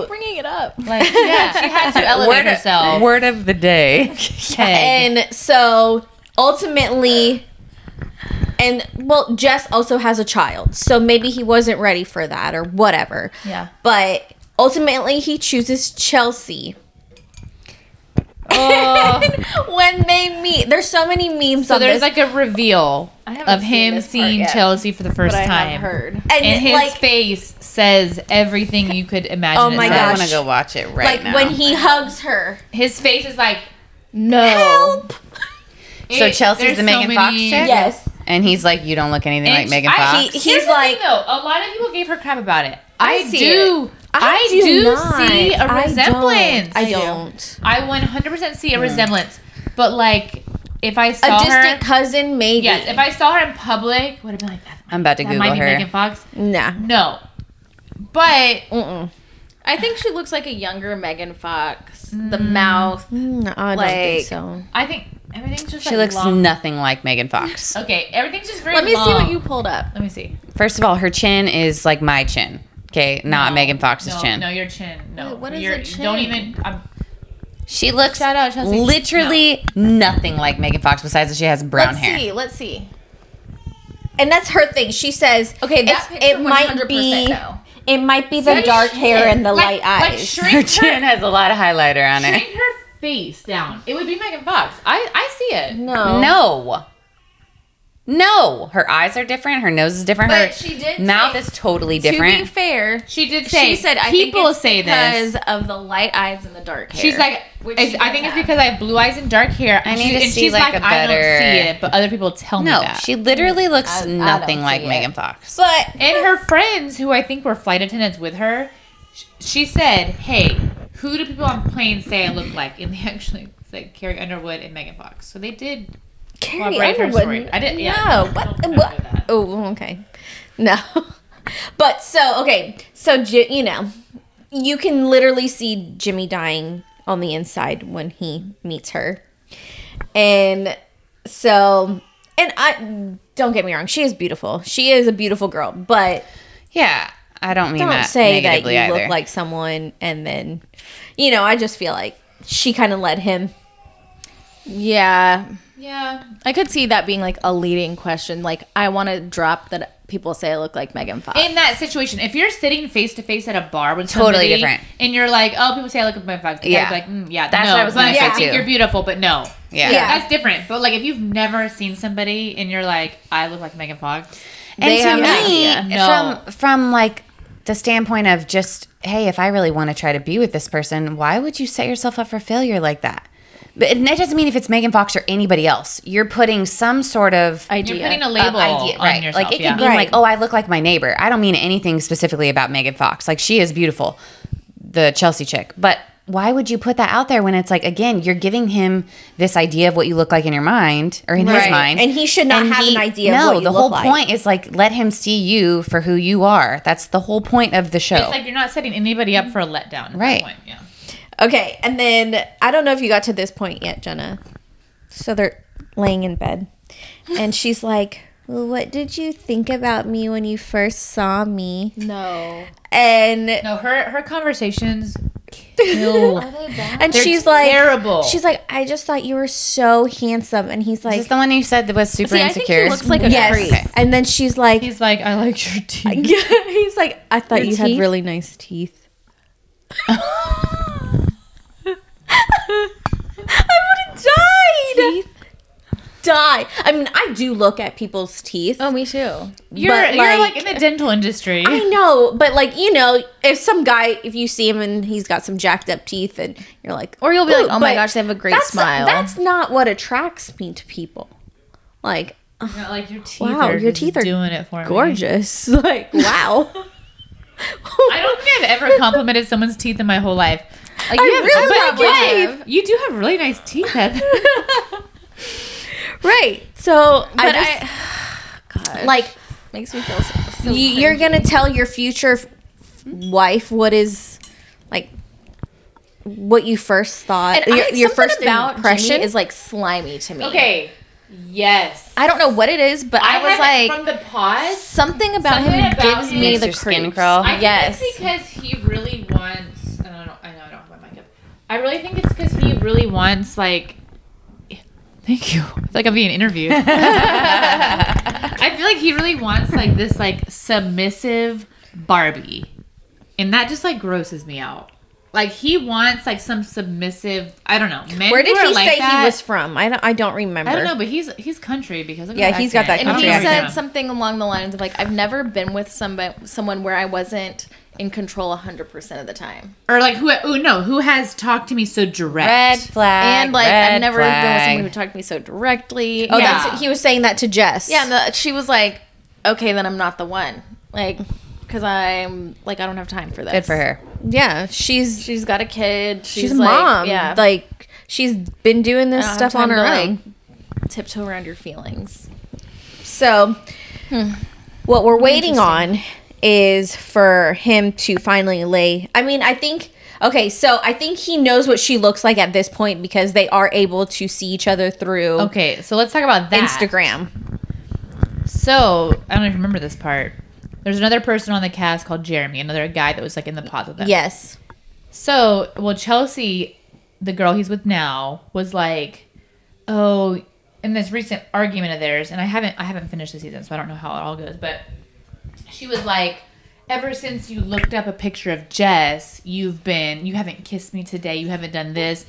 [SPEAKER 2] Keep bringing it up.
[SPEAKER 4] like yeah, she had to elevate herself.
[SPEAKER 3] word of the day
[SPEAKER 4] Peg.
[SPEAKER 1] and so ultimately and well jess also has a child so maybe he wasn't ready for that or whatever
[SPEAKER 4] Yeah.
[SPEAKER 1] but ultimately he chooses chelsea when they meet there's so many memes
[SPEAKER 4] Oh. so
[SPEAKER 1] on
[SPEAKER 4] there's
[SPEAKER 1] this
[SPEAKER 4] like a reveal
[SPEAKER 2] I haven't
[SPEAKER 4] of
[SPEAKER 2] seen
[SPEAKER 4] him
[SPEAKER 2] this part
[SPEAKER 4] seeing
[SPEAKER 2] yet,
[SPEAKER 4] Chelsea for the first
[SPEAKER 2] But I
[SPEAKER 4] time.
[SPEAKER 2] have heard.
[SPEAKER 1] and,
[SPEAKER 4] And his
[SPEAKER 1] like
[SPEAKER 4] face says everything you could imagine.
[SPEAKER 1] Oh my
[SPEAKER 4] it
[SPEAKER 3] i
[SPEAKER 4] says.
[SPEAKER 1] gosh.
[SPEAKER 3] want to go watch it right
[SPEAKER 1] like
[SPEAKER 3] now
[SPEAKER 1] when he hugs her
[SPEAKER 4] His face is like
[SPEAKER 2] No.
[SPEAKER 4] Oh.
[SPEAKER 1] help
[SPEAKER 3] so
[SPEAKER 4] it-
[SPEAKER 3] chelsea's
[SPEAKER 4] there's
[SPEAKER 3] the
[SPEAKER 4] so
[SPEAKER 3] megan fox
[SPEAKER 4] many-
[SPEAKER 3] chick
[SPEAKER 1] yes
[SPEAKER 3] and he's like you don't look anything
[SPEAKER 4] And
[SPEAKER 3] like
[SPEAKER 4] she-
[SPEAKER 3] megan
[SPEAKER 4] I-
[SPEAKER 3] fox
[SPEAKER 1] He-
[SPEAKER 4] Here's
[SPEAKER 1] he's
[SPEAKER 4] the thing,
[SPEAKER 1] like
[SPEAKER 4] though, a lot of people gave her crap about it. I,
[SPEAKER 2] see
[SPEAKER 4] do. I, do, see a resemblance.
[SPEAKER 1] i don't, I don't.
[SPEAKER 4] I 100% see a
[SPEAKER 3] Hmm.
[SPEAKER 4] resemblance. But like, if I
[SPEAKER 1] a
[SPEAKER 4] saw her,
[SPEAKER 1] distant cousin maybe
[SPEAKER 4] yes, if I saw her in public, would have been like that.
[SPEAKER 3] i'm about to
[SPEAKER 4] That
[SPEAKER 3] google
[SPEAKER 4] might be
[SPEAKER 3] her
[SPEAKER 4] Megan Fox.
[SPEAKER 1] nah
[SPEAKER 4] No, but
[SPEAKER 1] Mm-mm.
[SPEAKER 2] I think she looks like a younger Megan Fox. The mouth.
[SPEAKER 1] Mm, I don't think
[SPEAKER 2] Like-
[SPEAKER 1] so.
[SPEAKER 4] I think everything's just.
[SPEAKER 3] she
[SPEAKER 4] like
[SPEAKER 3] looks
[SPEAKER 4] long.
[SPEAKER 3] nothing like megan fox
[SPEAKER 4] okay, everything's just very.
[SPEAKER 2] Let me see what
[SPEAKER 4] long.
[SPEAKER 2] you pulled up.
[SPEAKER 4] Let me see.
[SPEAKER 3] first of all her chin is like my chin okay not
[SPEAKER 4] No,
[SPEAKER 3] megan fox's
[SPEAKER 4] no,
[SPEAKER 3] chin
[SPEAKER 4] No, your chin. No,
[SPEAKER 2] Wait, what is
[SPEAKER 4] your
[SPEAKER 2] a chin?
[SPEAKER 4] Don't even. I'm,
[SPEAKER 3] She looks
[SPEAKER 4] Shout out, Chelsea.
[SPEAKER 3] literally nothing like Megan Fox besides that she has brown
[SPEAKER 2] Let's
[SPEAKER 3] hair.
[SPEAKER 2] see. Let's see.
[SPEAKER 1] And that's her thing. She says,
[SPEAKER 2] Okay, that
[SPEAKER 1] it's-
[SPEAKER 2] picture
[SPEAKER 1] it might
[SPEAKER 2] 100%
[SPEAKER 1] be
[SPEAKER 2] though.
[SPEAKER 1] it might be the
[SPEAKER 2] See?
[SPEAKER 1] dark hair and the
[SPEAKER 4] like,
[SPEAKER 1] light
[SPEAKER 4] like
[SPEAKER 1] eyes.
[SPEAKER 4] shrink
[SPEAKER 3] Her chin has a lot of highlighter on it.
[SPEAKER 4] Bring her face down. It would be Megan Fox. I, I see it.
[SPEAKER 1] no,
[SPEAKER 3] No. No, her eyes are different. Her nose is different. her
[SPEAKER 2] But she did
[SPEAKER 3] mouth
[SPEAKER 2] say-
[SPEAKER 3] is totally
[SPEAKER 2] To be
[SPEAKER 3] different.
[SPEAKER 2] fair,
[SPEAKER 4] She did say.
[SPEAKER 2] she said I
[SPEAKER 4] people
[SPEAKER 2] think it's
[SPEAKER 4] say
[SPEAKER 2] because
[SPEAKER 4] this.
[SPEAKER 2] of the light eyes and the dark hair.
[SPEAKER 4] She's like,
[SPEAKER 2] Which
[SPEAKER 4] it's-
[SPEAKER 2] she
[SPEAKER 4] I
[SPEAKER 2] does
[SPEAKER 4] think it's
[SPEAKER 2] have.
[SPEAKER 4] because I have blue eyes and dark hair.
[SPEAKER 3] I
[SPEAKER 4] And
[SPEAKER 3] need
[SPEAKER 4] she-
[SPEAKER 3] to
[SPEAKER 4] and
[SPEAKER 3] see,
[SPEAKER 4] she's
[SPEAKER 3] like, a
[SPEAKER 4] I don't see
[SPEAKER 3] better-
[SPEAKER 4] it, but other people tell me
[SPEAKER 3] no,
[SPEAKER 4] that.
[SPEAKER 3] she literally looks
[SPEAKER 2] I- I don't
[SPEAKER 3] nothing like
[SPEAKER 2] see it.
[SPEAKER 3] Megan Fox.
[SPEAKER 1] but
[SPEAKER 4] and her friends, who I think were flight attendants with her, sh- she said, "Hey, who do people on planes say I look like?" And they actually said Carrie Underwood and Megan Fox. So they did
[SPEAKER 1] Carrie
[SPEAKER 4] corroborate her story.
[SPEAKER 1] Underwood.
[SPEAKER 4] I didn't. Yeah,
[SPEAKER 1] No,
[SPEAKER 4] I
[SPEAKER 1] what?
[SPEAKER 4] don't know
[SPEAKER 1] what?
[SPEAKER 4] that.
[SPEAKER 1] Oh, okay. No, but so okay, so Ji- you know, you can literally see Jimmy dying on the inside when he meets her, and so and I don't get me wrong, she is beautiful. She is a beautiful girl, but
[SPEAKER 3] Yeah, I don't mean
[SPEAKER 1] don't
[SPEAKER 3] that
[SPEAKER 1] say that you
[SPEAKER 3] negatively either.
[SPEAKER 1] look like someone and then you know i just feel like she kind of led him
[SPEAKER 2] yeah.
[SPEAKER 4] Yeah,
[SPEAKER 2] I could see that being like a leading question. Like I want to drop that people say I look like Megan Fox.
[SPEAKER 4] in that situation, if you're sitting face to face at a bar with
[SPEAKER 3] Totally
[SPEAKER 4] somebody
[SPEAKER 3] different.
[SPEAKER 4] and you're like, "Oh, people say I look like my fuck,"
[SPEAKER 3] Yeah.
[SPEAKER 4] yeah, like, mm, yeah,
[SPEAKER 3] That's
[SPEAKER 4] no,
[SPEAKER 3] what I was gonna
[SPEAKER 4] but
[SPEAKER 1] say,
[SPEAKER 4] I think
[SPEAKER 3] too.
[SPEAKER 4] you're beautiful, but no,
[SPEAKER 3] yeah.
[SPEAKER 1] Yeah.
[SPEAKER 4] that's different. But like, if you've never seen somebody and you're like, "I look like Megan Fox,"
[SPEAKER 3] And
[SPEAKER 2] They
[SPEAKER 3] to
[SPEAKER 2] have no
[SPEAKER 3] me,
[SPEAKER 4] idea. No.
[SPEAKER 3] from from like the standpoint of just, hey, if I really want to try to be with this person, why would you set yourself up for failure like that? But and that doesn't mean if it's Megan Fox or anybody else, you're putting some sort of
[SPEAKER 2] idea.
[SPEAKER 4] You're putting a label
[SPEAKER 3] of idea- Um,
[SPEAKER 4] on
[SPEAKER 3] right.
[SPEAKER 4] yourself.
[SPEAKER 3] Like it
[SPEAKER 4] yeah.
[SPEAKER 3] could be
[SPEAKER 1] Right.
[SPEAKER 3] like, oh, I look like my neighbor. I don't mean anything specifically about Megan Fox. Like she is beautiful, the Chelsea chick. But why would you put that out there when it's like again, you're giving him this idea of what you look like in your mind or in his
[SPEAKER 1] Right.
[SPEAKER 3] mind,
[SPEAKER 1] And he should not have an idea of
[SPEAKER 3] No,
[SPEAKER 1] what you
[SPEAKER 3] the
[SPEAKER 1] look
[SPEAKER 3] whole
[SPEAKER 1] like.
[SPEAKER 3] point is like let him see you for who you are. That's the whole point of the show.
[SPEAKER 4] It's like you're not setting anybody up for a letdown. at that
[SPEAKER 3] Right.
[SPEAKER 4] point, Yeah.
[SPEAKER 1] Okay, and then I don't know if you got to this point yet, Jenna. So they're laying in bed, and she's like, well, "What did you think about me when you first saw me?"
[SPEAKER 2] no.
[SPEAKER 1] And
[SPEAKER 4] No, her her conversations kill.
[SPEAKER 1] and
[SPEAKER 4] They're
[SPEAKER 1] she's like,
[SPEAKER 4] terrible.
[SPEAKER 1] She's like, "I just thought you were so handsome," and he's
[SPEAKER 3] Is
[SPEAKER 1] like,
[SPEAKER 3] this the one you said that was super
[SPEAKER 2] See, I think
[SPEAKER 3] insecure?
[SPEAKER 2] he looks like a
[SPEAKER 1] "Yes,"
[SPEAKER 2] creep.
[SPEAKER 1] and then she's like,
[SPEAKER 4] He's like, I like your teeth.
[SPEAKER 1] "He's like, I thought
[SPEAKER 2] Your
[SPEAKER 1] you had
[SPEAKER 2] teeth?
[SPEAKER 1] really nice teeth." I would have died.
[SPEAKER 2] Teeth?
[SPEAKER 1] Die. I mean, I do look at people's teeth.
[SPEAKER 2] Oh, me too.
[SPEAKER 4] You're
[SPEAKER 1] But,
[SPEAKER 4] you're
[SPEAKER 1] like-
[SPEAKER 4] like in the dental industry.
[SPEAKER 1] I know, but like you know, if some guy, if you see him and he's got some jacked up teeth, and you're like,
[SPEAKER 2] Or you'll be like,
[SPEAKER 1] "Ooh,"
[SPEAKER 2] "Oh my
[SPEAKER 1] but
[SPEAKER 2] gosh, they have a great
[SPEAKER 1] that's-
[SPEAKER 2] smile."
[SPEAKER 1] That's not what attracts me to people. Like
[SPEAKER 4] You're like your teeth.
[SPEAKER 1] Wow,
[SPEAKER 4] are
[SPEAKER 1] your
[SPEAKER 4] just
[SPEAKER 1] teeth are
[SPEAKER 4] doing it for me.
[SPEAKER 1] gorgeous, like wow.
[SPEAKER 4] I don't think I've ever complimented someone's teeth in my whole life. Like,
[SPEAKER 1] I really like your
[SPEAKER 4] you, have- you do have really nice teeth, Heather.
[SPEAKER 1] right. So I
[SPEAKER 2] But
[SPEAKER 1] just
[SPEAKER 2] I, God, like
[SPEAKER 1] like
[SPEAKER 2] makes me feel so. so
[SPEAKER 1] y- you're gonna tell your future f- wife what is like what you first thought,
[SPEAKER 2] and
[SPEAKER 1] your,
[SPEAKER 2] I,
[SPEAKER 1] your
[SPEAKER 2] something
[SPEAKER 1] first
[SPEAKER 2] about
[SPEAKER 1] impression
[SPEAKER 2] Jimmy is like slimy to me.
[SPEAKER 4] Yes.
[SPEAKER 2] I don't know what it is, but I, was like
[SPEAKER 4] the pause.
[SPEAKER 2] something about
[SPEAKER 4] Something
[SPEAKER 2] him
[SPEAKER 4] about
[SPEAKER 2] gives
[SPEAKER 4] him-
[SPEAKER 2] me
[SPEAKER 4] Makes
[SPEAKER 2] the
[SPEAKER 3] your skin
[SPEAKER 2] creeps.
[SPEAKER 1] Oh,
[SPEAKER 3] crawl.
[SPEAKER 4] I
[SPEAKER 2] yes.
[SPEAKER 4] think it's because he really wants. And I don't. I know I don't have my mic up. I really think it's because he really wants like. Thank you. It's like I'm being interviewed. I feel like he really wants like this like submissive Barbie, and that just like grosses me out. Like he wants like some submissive. I don't know. Men
[SPEAKER 1] Where did
[SPEAKER 4] who are
[SPEAKER 1] he
[SPEAKER 4] like
[SPEAKER 1] say
[SPEAKER 4] that-
[SPEAKER 1] he was from? I don't. I don't remember.
[SPEAKER 4] I don't know, but he's he's country because of
[SPEAKER 1] Yeah,
[SPEAKER 4] his
[SPEAKER 1] he's got
[SPEAKER 4] accent.
[SPEAKER 1] that
[SPEAKER 2] and he
[SPEAKER 1] country
[SPEAKER 4] I'm
[SPEAKER 2] said
[SPEAKER 4] sorry.
[SPEAKER 2] something along the lines of like, "I've never been with somebody, someone where I wasn't in control hundred percent of the time,
[SPEAKER 4] or like who? Oh no, who has talked to me so direct?
[SPEAKER 3] red flag.
[SPEAKER 2] and like
[SPEAKER 3] red
[SPEAKER 2] I've never been with
[SPEAKER 3] flag.
[SPEAKER 2] someone who talked to me so directly."
[SPEAKER 1] Oh,
[SPEAKER 2] yeah.
[SPEAKER 1] that's he was saying that to Jess.
[SPEAKER 2] Yeah, and the, she was like, "Okay, then I'm not the one." Like, because I'm like, I don't have time for this.
[SPEAKER 3] Good for her.
[SPEAKER 1] yeah. She's
[SPEAKER 2] She's got a kid. She's,
[SPEAKER 1] she's a
[SPEAKER 2] like,
[SPEAKER 1] mom.
[SPEAKER 2] Yeah,
[SPEAKER 1] like she's been doing
[SPEAKER 2] I
[SPEAKER 1] this
[SPEAKER 2] don't have
[SPEAKER 1] stuff
[SPEAKER 2] time
[SPEAKER 1] on her
[SPEAKER 2] to,
[SPEAKER 1] own.
[SPEAKER 2] Like, tiptoe around your feelings.
[SPEAKER 1] So, what we're waiting on is for him to finally lay. I mean, I think, okay, so I think he knows what she looks like at this point because they are able to see each other through
[SPEAKER 4] Okay, so let's talk about that.
[SPEAKER 1] Instagram.
[SPEAKER 4] So I don't even remember this part. There's another person on the cast called Jeremy, another guy that was like in the pod with them.
[SPEAKER 1] Yes.
[SPEAKER 4] So well, Chelsea, the girl he's with now, was like, oh, in this recent argument of theirs, and I haven't I haven't finished the season, so I don't know how it all goes, but she was like. Ever since you looked up a picture of Jess, you've been you haven't kissed me today. You haven't done this.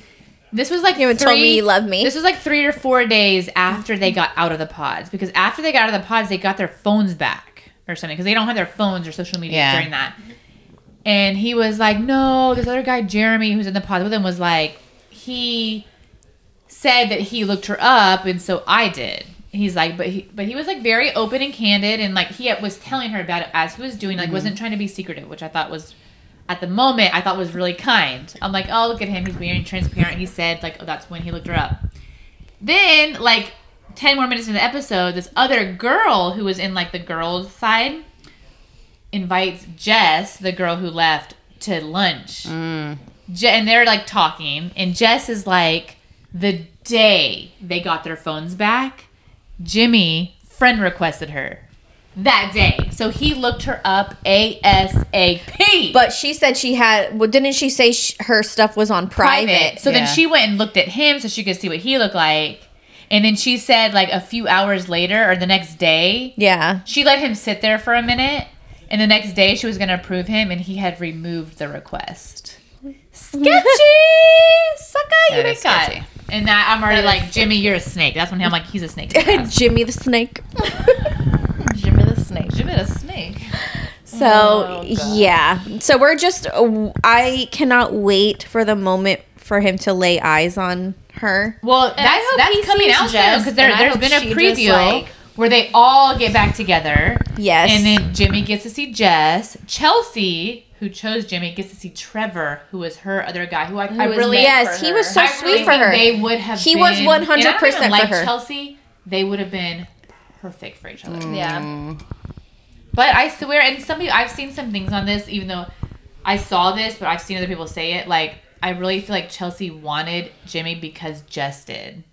[SPEAKER 4] This was like
[SPEAKER 1] You haven't told me you love me.
[SPEAKER 4] This was like three or four days after they got out of the pods because after they got out of the pods, they got their phones back or something because they don't have their phones or social media
[SPEAKER 3] Yeah.
[SPEAKER 4] during that. And he was like, "No." This other guy, Jeremy, who's in the pod with him, was like, he said that he looked her up, and so I did. He's like, but he, but he was like very open and candid, and like he was telling her about it as he was doing, like wasn't trying to be secretive, which I thought was, at the moment, I thought was really kind. I'm like, oh look at him, he's being transparent. He said like, oh, that's when he looked her up. Then like ten more minutes in the episode, this other girl who was in like the girls' side invites Jess, the girl who left, to lunch. Je- and they're like talking, and Jess is like, the day they got their phones back, Jimmy friend requested her that day. So he looked her up ASAP.
[SPEAKER 1] But she said she had, well, didn't she say sh- her stuff was on private?
[SPEAKER 4] So
[SPEAKER 3] Yeah.
[SPEAKER 4] then she went and looked at him so she could see what he looked like. And then she said, like a few hours later or the next day,
[SPEAKER 1] Yeah.
[SPEAKER 4] she let him sit there for a minute. And the next day she was going to approve him and he had removed the request. Sketchy! Sucker, you
[SPEAKER 3] That
[SPEAKER 4] been
[SPEAKER 3] is
[SPEAKER 4] got.
[SPEAKER 3] sketchy.
[SPEAKER 4] And that, I'm already
[SPEAKER 2] That is
[SPEAKER 4] like, Jimmy, you're a snake. That's when I'm like, he's a snake. Jimmy
[SPEAKER 1] Jimmy the snake.
[SPEAKER 2] Jimmy the Snake.
[SPEAKER 4] the snake. Oh,
[SPEAKER 1] So yeah, so we're just I cannot wait for the moment for him to lay eyes on her.
[SPEAKER 4] Well, that's
[SPEAKER 2] hope he
[SPEAKER 4] that's coming
[SPEAKER 2] sees
[SPEAKER 4] out soon
[SPEAKER 2] Jess,
[SPEAKER 4] because there,
[SPEAKER 2] and I
[SPEAKER 4] there's
[SPEAKER 2] hope
[SPEAKER 4] been a
[SPEAKER 2] she just,
[SPEAKER 4] preview
[SPEAKER 2] like-
[SPEAKER 4] where they all get back together.
[SPEAKER 1] Yes.
[SPEAKER 4] And then Jimmy gets to see Jess. Chelsea, who chose Jimmy, gets to see Trevor, who was her other guy, who I, I
[SPEAKER 2] was
[SPEAKER 4] really
[SPEAKER 2] made
[SPEAKER 1] Yes,
[SPEAKER 2] for
[SPEAKER 1] he
[SPEAKER 2] her.
[SPEAKER 1] was so
[SPEAKER 4] I
[SPEAKER 1] sweet
[SPEAKER 4] really
[SPEAKER 1] for
[SPEAKER 4] think
[SPEAKER 1] her.
[SPEAKER 4] They would have.
[SPEAKER 1] He
[SPEAKER 4] been,
[SPEAKER 1] was
[SPEAKER 4] and I don't even
[SPEAKER 1] 100% for
[SPEAKER 4] like
[SPEAKER 1] her.
[SPEAKER 4] Chelsea, they would have been perfect for each other.
[SPEAKER 1] Mm.
[SPEAKER 3] Mm,
[SPEAKER 2] Yeah.
[SPEAKER 4] But I swear, and some people, I've seen some things on this, even though I saw this, but I've seen other people say it. Like, I really feel like Chelsea wanted Jimmy because Jess did.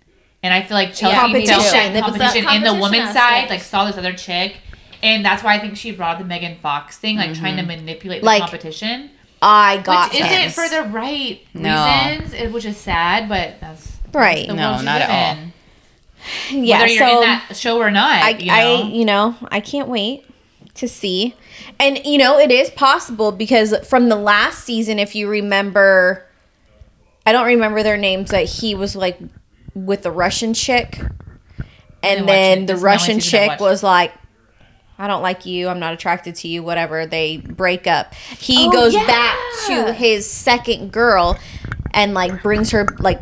[SPEAKER 4] And I feel like Chelsea
[SPEAKER 1] Competition.
[SPEAKER 4] felt that
[SPEAKER 1] It was that
[SPEAKER 4] competition in the
[SPEAKER 2] competition
[SPEAKER 4] woman's
[SPEAKER 2] aspect.
[SPEAKER 4] side, like, saw this other chick. And that's why I think she brought the Megan Fox thing, like, trying to manipulate the
[SPEAKER 1] Mm-hmm. Like,
[SPEAKER 4] competition.
[SPEAKER 1] I got
[SPEAKER 4] Which isn't
[SPEAKER 1] this.
[SPEAKER 4] for the right
[SPEAKER 3] No.
[SPEAKER 4] reasons, it, which is sad, but that's.
[SPEAKER 1] right.
[SPEAKER 4] The
[SPEAKER 3] No,
[SPEAKER 4] world you
[SPEAKER 3] not
[SPEAKER 4] live
[SPEAKER 3] at all.
[SPEAKER 4] in.
[SPEAKER 1] yeah.
[SPEAKER 4] Whether you're
[SPEAKER 1] so
[SPEAKER 4] in that show or not,
[SPEAKER 1] I,
[SPEAKER 4] you know?
[SPEAKER 1] I, you know, I can't wait to see. And you know, it is possible because from the last season, if you remember, I don't remember their names, but he was like with the Russian chick,
[SPEAKER 4] watch
[SPEAKER 1] and then
[SPEAKER 4] it. This is
[SPEAKER 1] the
[SPEAKER 4] the only
[SPEAKER 1] Russian
[SPEAKER 4] season I
[SPEAKER 1] chick
[SPEAKER 4] watched.
[SPEAKER 1] was like. I don't like you. I'm not attracted to you. Whatever. They break up. He
[SPEAKER 2] Oh,
[SPEAKER 1] goes
[SPEAKER 2] yeah.
[SPEAKER 1] back to his second girl, and like brings her like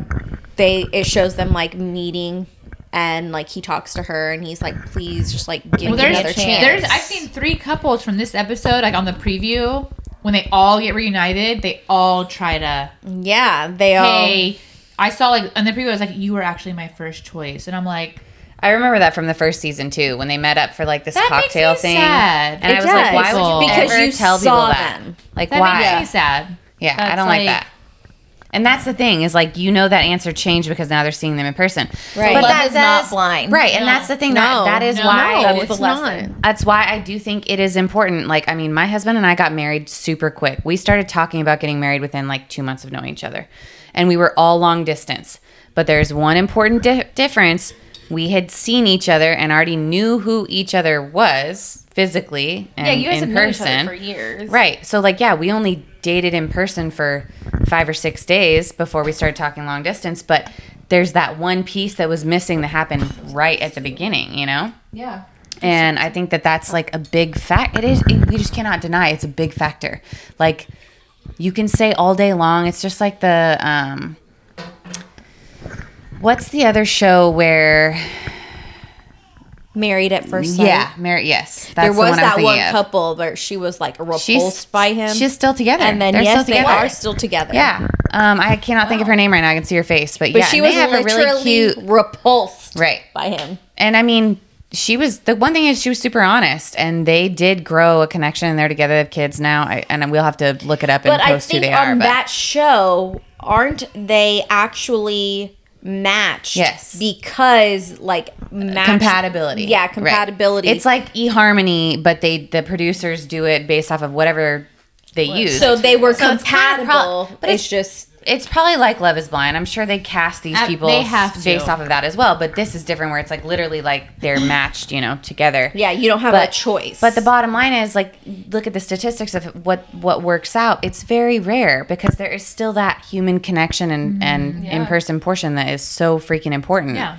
[SPEAKER 1] they. It shows them like meeting, and like he talks to her, and he's like, "Please, just like give
[SPEAKER 4] Well,
[SPEAKER 1] me
[SPEAKER 4] there's,
[SPEAKER 1] another chance."
[SPEAKER 4] there's I've seen three couples from this episode, like on the preview, when they all get reunited, they all try to
[SPEAKER 1] yeah, they
[SPEAKER 3] Oh.
[SPEAKER 1] all.
[SPEAKER 4] hey. I saw like on the preview, I was like, you were actually my first choice, and I'm like,
[SPEAKER 3] I remember that from the first season too, when they met up for like this
[SPEAKER 4] That makes
[SPEAKER 3] cocktail
[SPEAKER 4] me
[SPEAKER 3] thing,
[SPEAKER 4] sad.
[SPEAKER 3] and
[SPEAKER 1] It
[SPEAKER 3] I was like,
[SPEAKER 1] does,
[SPEAKER 3] "Why would you
[SPEAKER 1] because
[SPEAKER 3] ever
[SPEAKER 1] you
[SPEAKER 3] tell
[SPEAKER 1] saw
[SPEAKER 3] people that?
[SPEAKER 1] them.
[SPEAKER 3] Like,
[SPEAKER 4] that
[SPEAKER 3] why?"
[SPEAKER 4] makes me sad.
[SPEAKER 3] Yeah, I
[SPEAKER 4] That's
[SPEAKER 3] don't like, that. And that's the thing is like you know that answer changed because now they're seeing them in person.
[SPEAKER 1] Right.
[SPEAKER 3] But
[SPEAKER 1] Love
[SPEAKER 3] that
[SPEAKER 2] is not
[SPEAKER 3] does-
[SPEAKER 2] blind.
[SPEAKER 3] Right, and
[SPEAKER 4] No.
[SPEAKER 3] that's the thing that that is
[SPEAKER 4] No.
[SPEAKER 3] why
[SPEAKER 4] No,
[SPEAKER 3] that
[SPEAKER 4] it's
[SPEAKER 3] is the
[SPEAKER 1] not.
[SPEAKER 3] lesson. That's why I do think it is important. Like, I mean, my husband and I got married super quick. We started talking about getting married within like two months of knowing each other, and we were all long distance. But there's one important di- difference: we had seen each other and already knew who each other was physically and
[SPEAKER 2] Yeah, you guys have
[SPEAKER 3] in
[SPEAKER 2] known each
[SPEAKER 3] person
[SPEAKER 2] other for years.
[SPEAKER 3] Right. So like yeah, we only dated in person for 5 or 6 days before we started talking long distance, but there's that one piece that was missing that happened right at the beginning, you know?
[SPEAKER 4] Yeah.
[SPEAKER 3] And I think that that's like a big fact. It is it, we just cannot deny it's a big factor. Like you can say all day long, it's just like the um What's the other show where?
[SPEAKER 1] married at first sight.
[SPEAKER 3] Yeah, Mary. Yes, that's
[SPEAKER 1] there
[SPEAKER 3] the
[SPEAKER 1] was
[SPEAKER 3] one I'm
[SPEAKER 1] that
[SPEAKER 3] thinking
[SPEAKER 1] one
[SPEAKER 3] of.
[SPEAKER 1] couple where she was like repulsed by him.
[SPEAKER 3] She's still together.
[SPEAKER 1] and then
[SPEAKER 3] They're
[SPEAKER 1] yes,
[SPEAKER 3] still
[SPEAKER 1] they
[SPEAKER 3] together.
[SPEAKER 1] are still together.
[SPEAKER 3] Yeah. Um, I cannot think of her name right now. I can see her face, but,
[SPEAKER 1] but
[SPEAKER 3] yeah,
[SPEAKER 1] she
[SPEAKER 3] and
[SPEAKER 1] was
[SPEAKER 3] they have a
[SPEAKER 1] literally
[SPEAKER 3] really cute
[SPEAKER 1] repulsed
[SPEAKER 3] right.
[SPEAKER 1] by him.
[SPEAKER 3] And I mean, she was the one thing is she was super honest, and they did grow a connection, and they're together. They have kids now, I, and we'll have to look it up and
[SPEAKER 1] But I
[SPEAKER 3] post who
[SPEAKER 1] think
[SPEAKER 3] they
[SPEAKER 1] on
[SPEAKER 3] are.
[SPEAKER 1] that show, aren't they actually matched?
[SPEAKER 3] Yes.
[SPEAKER 1] because like match-
[SPEAKER 3] but compatibility,
[SPEAKER 1] Yeah,
[SPEAKER 3] Right.
[SPEAKER 1] compatibility.
[SPEAKER 3] It's like eHarmony, but they the producers do it based off of whatever they use.
[SPEAKER 1] so they were
[SPEAKER 3] So it's not a pro-
[SPEAKER 1] compatible, but
[SPEAKER 3] but
[SPEAKER 1] it's,
[SPEAKER 3] it's-
[SPEAKER 1] just
[SPEAKER 3] it's probably like Love is Blind. I'm sure they cast these
[SPEAKER 4] Uh,
[SPEAKER 3] people
[SPEAKER 4] they have
[SPEAKER 3] s- based
[SPEAKER 4] to.
[SPEAKER 3] off of that as well. But this is different, where it's like literally like they're matched, you know, together.
[SPEAKER 1] yeah, you don't have
[SPEAKER 3] But-
[SPEAKER 1] a choice.
[SPEAKER 3] But the bottom line is like look at the statistics of what what works out. It's very rare because there is still that human connection and
[SPEAKER 2] Mm-hmm.
[SPEAKER 3] and in person portion that is so freaking important.
[SPEAKER 4] Yeah.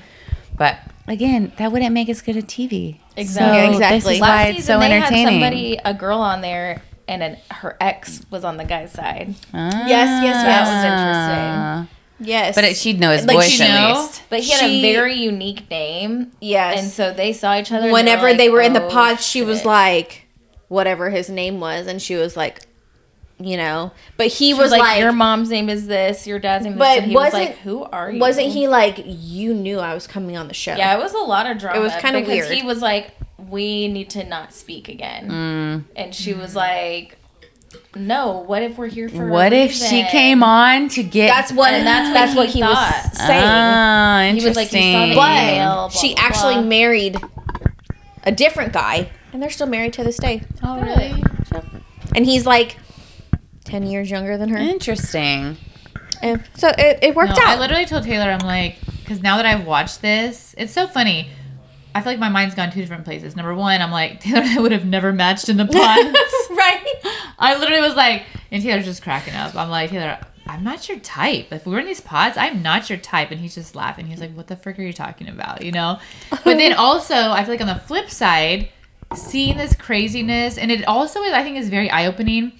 [SPEAKER 3] But again, that wouldn't make as good a TV.
[SPEAKER 2] Exactly.
[SPEAKER 1] Yeah,
[SPEAKER 3] So
[SPEAKER 1] exactly.
[SPEAKER 3] This is
[SPEAKER 1] Last
[SPEAKER 3] why
[SPEAKER 2] Last
[SPEAKER 3] it's
[SPEAKER 2] season,
[SPEAKER 3] so
[SPEAKER 2] they had
[SPEAKER 3] entertaining.
[SPEAKER 2] somebody, a girl on there, and an, her ex was on the guy's side.
[SPEAKER 3] Ah.
[SPEAKER 1] yes, yes,
[SPEAKER 2] That
[SPEAKER 1] yes,
[SPEAKER 2] was interesting.
[SPEAKER 1] yes.
[SPEAKER 3] But it, she'd know his
[SPEAKER 1] Like,
[SPEAKER 3] voice
[SPEAKER 4] she'd
[SPEAKER 3] at
[SPEAKER 4] know.
[SPEAKER 3] least.
[SPEAKER 2] But he had
[SPEAKER 1] She-
[SPEAKER 2] a very unique name.
[SPEAKER 1] yes,
[SPEAKER 2] And so they saw each other. and
[SPEAKER 1] whenever
[SPEAKER 2] like,
[SPEAKER 1] they were in the
[SPEAKER 2] "Oh,
[SPEAKER 1] pod, she was
[SPEAKER 2] shit."
[SPEAKER 1] like, whatever his name was, and she was like, you know. But he
[SPEAKER 2] She
[SPEAKER 1] was, like,
[SPEAKER 2] your mom's name is this, your dad's name is
[SPEAKER 1] But
[SPEAKER 2] this. And he was
[SPEAKER 1] wasn't-
[SPEAKER 2] like, who are you?
[SPEAKER 1] wasn't he like, you knew I was coming on the show?
[SPEAKER 2] Yeah, it was a lot of drama.
[SPEAKER 1] It was kinda
[SPEAKER 2] because
[SPEAKER 1] weird.
[SPEAKER 2] He was like, "We need to not speak again,"
[SPEAKER 1] Mm.
[SPEAKER 2] and she was like, "No, what if we're here for? a
[SPEAKER 3] What if she
[SPEAKER 2] reason?"
[SPEAKER 3] came on to get
[SPEAKER 1] that's what
[SPEAKER 2] And
[SPEAKER 1] that's,
[SPEAKER 2] that's what he
[SPEAKER 1] what he, was
[SPEAKER 2] thought.
[SPEAKER 1] saying.
[SPEAKER 3] Ah,
[SPEAKER 2] He was like, he
[SPEAKER 3] interesting.
[SPEAKER 2] saw the
[SPEAKER 1] but
[SPEAKER 2] Email, blah,
[SPEAKER 1] she
[SPEAKER 2] blah,
[SPEAKER 1] actually
[SPEAKER 2] blah.
[SPEAKER 1] married a different guy, and they're still married to this day.
[SPEAKER 4] Oh,
[SPEAKER 2] really?
[SPEAKER 1] And he's like ten years younger than
[SPEAKER 2] Eh.
[SPEAKER 1] her,
[SPEAKER 3] interesting.
[SPEAKER 1] and so it, it worked
[SPEAKER 4] No, I
[SPEAKER 1] out.
[SPEAKER 4] literally told Taylor, I'm like, because now that I've watched this, it's so funny. I feel like my mind's gone two different places. Number one, I'm like, Taylor and I would have never matched in the pod.
[SPEAKER 1] right?
[SPEAKER 4] I literally was like, and Taylor's just cracking up. I'm like, Taylor, I'm not your type. If we were in these pods, I'm not your type. And he's just laughing. He's like, what the frick are you talking about? You know? But then also, I feel like on the flip side, seeing this craziness, and it also is I think is very eye opening,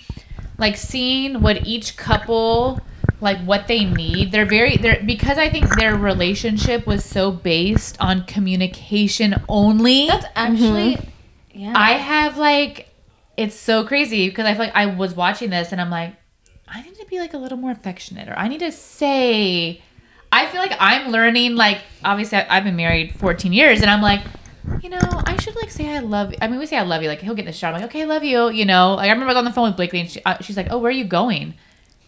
[SPEAKER 4] like seeing what each couple like what they need. They're very they're because I think their relationship was so based on communication only.
[SPEAKER 2] That's actually,
[SPEAKER 4] Mm-hmm.
[SPEAKER 2] yeah.
[SPEAKER 4] I have like it's so crazy because I feel like I was watching this and I'm like, I need to be like a little more affectionate or I need to say I feel like I'm learning like obviously I- I've been married 14 years and I'm like you know, I should like say I love. I mean, we say I love you. Like he'll get in the shower. I'm like, okay, I love you. You know, like I remember I was on the phone with Blakely, and she, uh, she's like, oh, where are you going?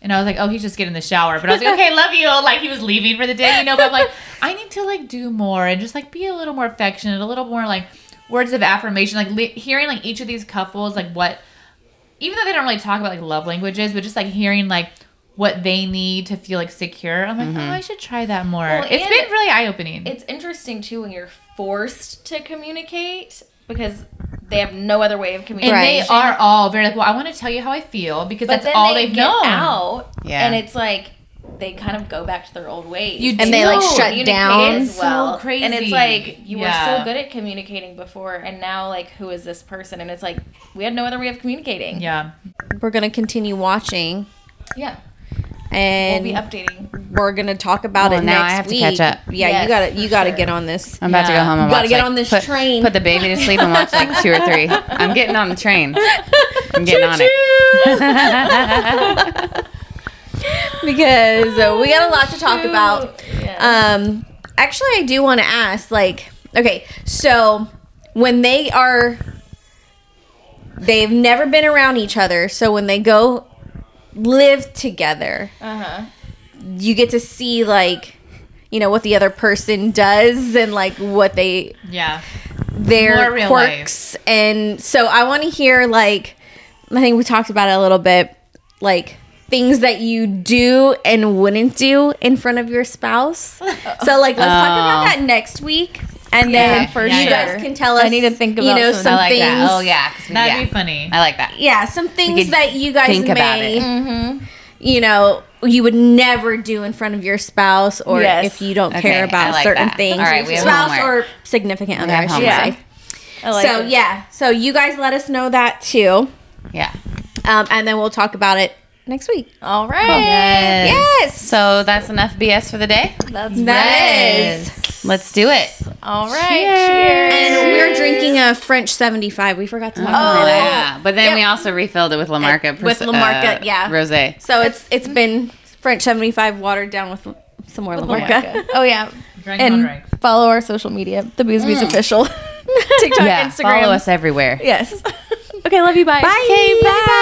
[SPEAKER 4] And I was like, oh, he's just getting in the shower. But I was like, okay, love you. Like he was leaving for the day, you know. But I'm like, I need to like do more and just like be a little more affectionate, a little more like words of affirmation, like li- hearing like each of these couples, like what, even though they don't really talk about like love languages, but just like hearing like what they need to feel like secure. I'm like, oh, I should try that more.
[SPEAKER 2] Well,
[SPEAKER 4] it's
[SPEAKER 2] and
[SPEAKER 4] been really eye opening.
[SPEAKER 2] it's interesting too when you're forced to communicate because they have no other way of
[SPEAKER 4] And
[SPEAKER 2] communicating.
[SPEAKER 1] Right.
[SPEAKER 4] they are all very like, well, I want to tell you how I feel because
[SPEAKER 2] but
[SPEAKER 4] that's
[SPEAKER 2] then
[SPEAKER 4] all
[SPEAKER 2] they
[SPEAKER 4] they've
[SPEAKER 2] get
[SPEAKER 4] known.
[SPEAKER 2] out,
[SPEAKER 3] Yeah.
[SPEAKER 2] and it's like they kind of go back to their old ways.
[SPEAKER 4] You
[SPEAKER 1] And they, like,
[SPEAKER 4] do.
[SPEAKER 1] shut
[SPEAKER 2] communicate
[SPEAKER 1] down.
[SPEAKER 2] as
[SPEAKER 4] It's so
[SPEAKER 2] well.
[SPEAKER 4] crazy.
[SPEAKER 2] And it's like you were
[SPEAKER 4] Yeah.
[SPEAKER 2] so good at communicating before, and now like who is this person? And it's like we had no other way of communicating.
[SPEAKER 4] Yeah.
[SPEAKER 1] We're gonna continue watching,
[SPEAKER 2] yeah. We'll
[SPEAKER 1] and
[SPEAKER 2] be updating.
[SPEAKER 1] we're gonna talk about
[SPEAKER 3] Well,
[SPEAKER 1] it
[SPEAKER 3] now I
[SPEAKER 1] next
[SPEAKER 3] have to
[SPEAKER 1] week.
[SPEAKER 3] catch up.
[SPEAKER 1] Yeah,
[SPEAKER 2] Yes,
[SPEAKER 1] you gotta
[SPEAKER 2] for
[SPEAKER 1] you gotta
[SPEAKER 2] sure.
[SPEAKER 1] get on this.
[SPEAKER 3] I'm about to
[SPEAKER 4] Yeah.
[SPEAKER 3] go home and
[SPEAKER 1] You gotta
[SPEAKER 3] watch,
[SPEAKER 1] get
[SPEAKER 3] like,
[SPEAKER 1] on this
[SPEAKER 3] put,
[SPEAKER 1] train.
[SPEAKER 3] Put the baby to sleep and watch like two or three. I'm getting on the train. I'm getting on it.
[SPEAKER 1] because uh, we got a lot to talk about.
[SPEAKER 2] Yeah.
[SPEAKER 1] Um, actually, I do want to ask. Like, okay, so when they are, they've never been around each other. So when they go live together,
[SPEAKER 2] Uh huh.
[SPEAKER 1] you get to see like, you know, what the other person does and like what they
[SPEAKER 4] Yeah. More
[SPEAKER 1] their
[SPEAKER 4] real
[SPEAKER 1] quirks and so i want to hear like i think we talked about it a little bit like things that you do and wouldn't do in front of your spouse so like let's talk about
[SPEAKER 3] Oh.
[SPEAKER 1] that next week and
[SPEAKER 3] Yeah,
[SPEAKER 1] then
[SPEAKER 3] for
[SPEAKER 1] you
[SPEAKER 4] sure.
[SPEAKER 1] guys can tell us
[SPEAKER 2] I need to think
[SPEAKER 1] you
[SPEAKER 2] about
[SPEAKER 1] know
[SPEAKER 2] some-
[SPEAKER 1] some
[SPEAKER 3] I like
[SPEAKER 1] things
[SPEAKER 3] that. Oh yeah, 'cause we-
[SPEAKER 4] That'd
[SPEAKER 3] yeah.
[SPEAKER 4] be funny.
[SPEAKER 3] I like that.
[SPEAKER 1] yeah some things
[SPEAKER 3] could
[SPEAKER 1] that you guys
[SPEAKER 3] think
[SPEAKER 1] may
[SPEAKER 3] about it.
[SPEAKER 2] Mm-hmm.
[SPEAKER 1] you know you would never do in front of your spouse or
[SPEAKER 2] Yes.
[SPEAKER 1] if you don't
[SPEAKER 3] Okay,
[SPEAKER 1] care
[SPEAKER 3] I
[SPEAKER 1] about
[SPEAKER 3] like
[SPEAKER 1] certain
[SPEAKER 3] that.
[SPEAKER 1] things
[SPEAKER 3] All right, we have
[SPEAKER 1] spouse or
[SPEAKER 3] homework.
[SPEAKER 1] significant other i
[SPEAKER 3] have
[SPEAKER 1] should
[SPEAKER 3] homework.
[SPEAKER 1] say
[SPEAKER 2] Yeah. I like
[SPEAKER 1] so
[SPEAKER 2] it.
[SPEAKER 1] yeah, so you guys let us know that too,
[SPEAKER 3] Yeah.
[SPEAKER 1] um, and then we'll talk about it next week.
[SPEAKER 2] All right.
[SPEAKER 3] Oh, Yes.
[SPEAKER 1] Yes.
[SPEAKER 3] So that's enough BS for the day.
[SPEAKER 2] That's
[SPEAKER 1] That
[SPEAKER 2] right.
[SPEAKER 1] is,
[SPEAKER 3] Let's do it.
[SPEAKER 1] Oh,
[SPEAKER 2] All right. Cheers.
[SPEAKER 1] and we're drinking a French seventy-five. We forgot to mention that.
[SPEAKER 3] Oh. yeah. But then
[SPEAKER 1] Yeah. Eh,
[SPEAKER 3] we also refilled it with La Marca.
[SPEAKER 1] With La Marca, yeah.
[SPEAKER 3] Rosé.
[SPEAKER 1] So it's it's
[SPEAKER 2] mm-hmm.
[SPEAKER 1] been French seventy-five watered down with some more La Marca.
[SPEAKER 2] Oh yeah.
[SPEAKER 4] Drink on
[SPEAKER 2] And
[SPEAKER 4] right.
[SPEAKER 2] follow our social media, the Booze
[SPEAKER 1] Mm.
[SPEAKER 2] Bees official. TikTok,
[SPEAKER 3] Yeah.
[SPEAKER 2] Instagram.
[SPEAKER 3] Follow us everywhere.
[SPEAKER 2] Yes. okay, love you. Bye.
[SPEAKER 1] Bye.
[SPEAKER 2] Okay, bye.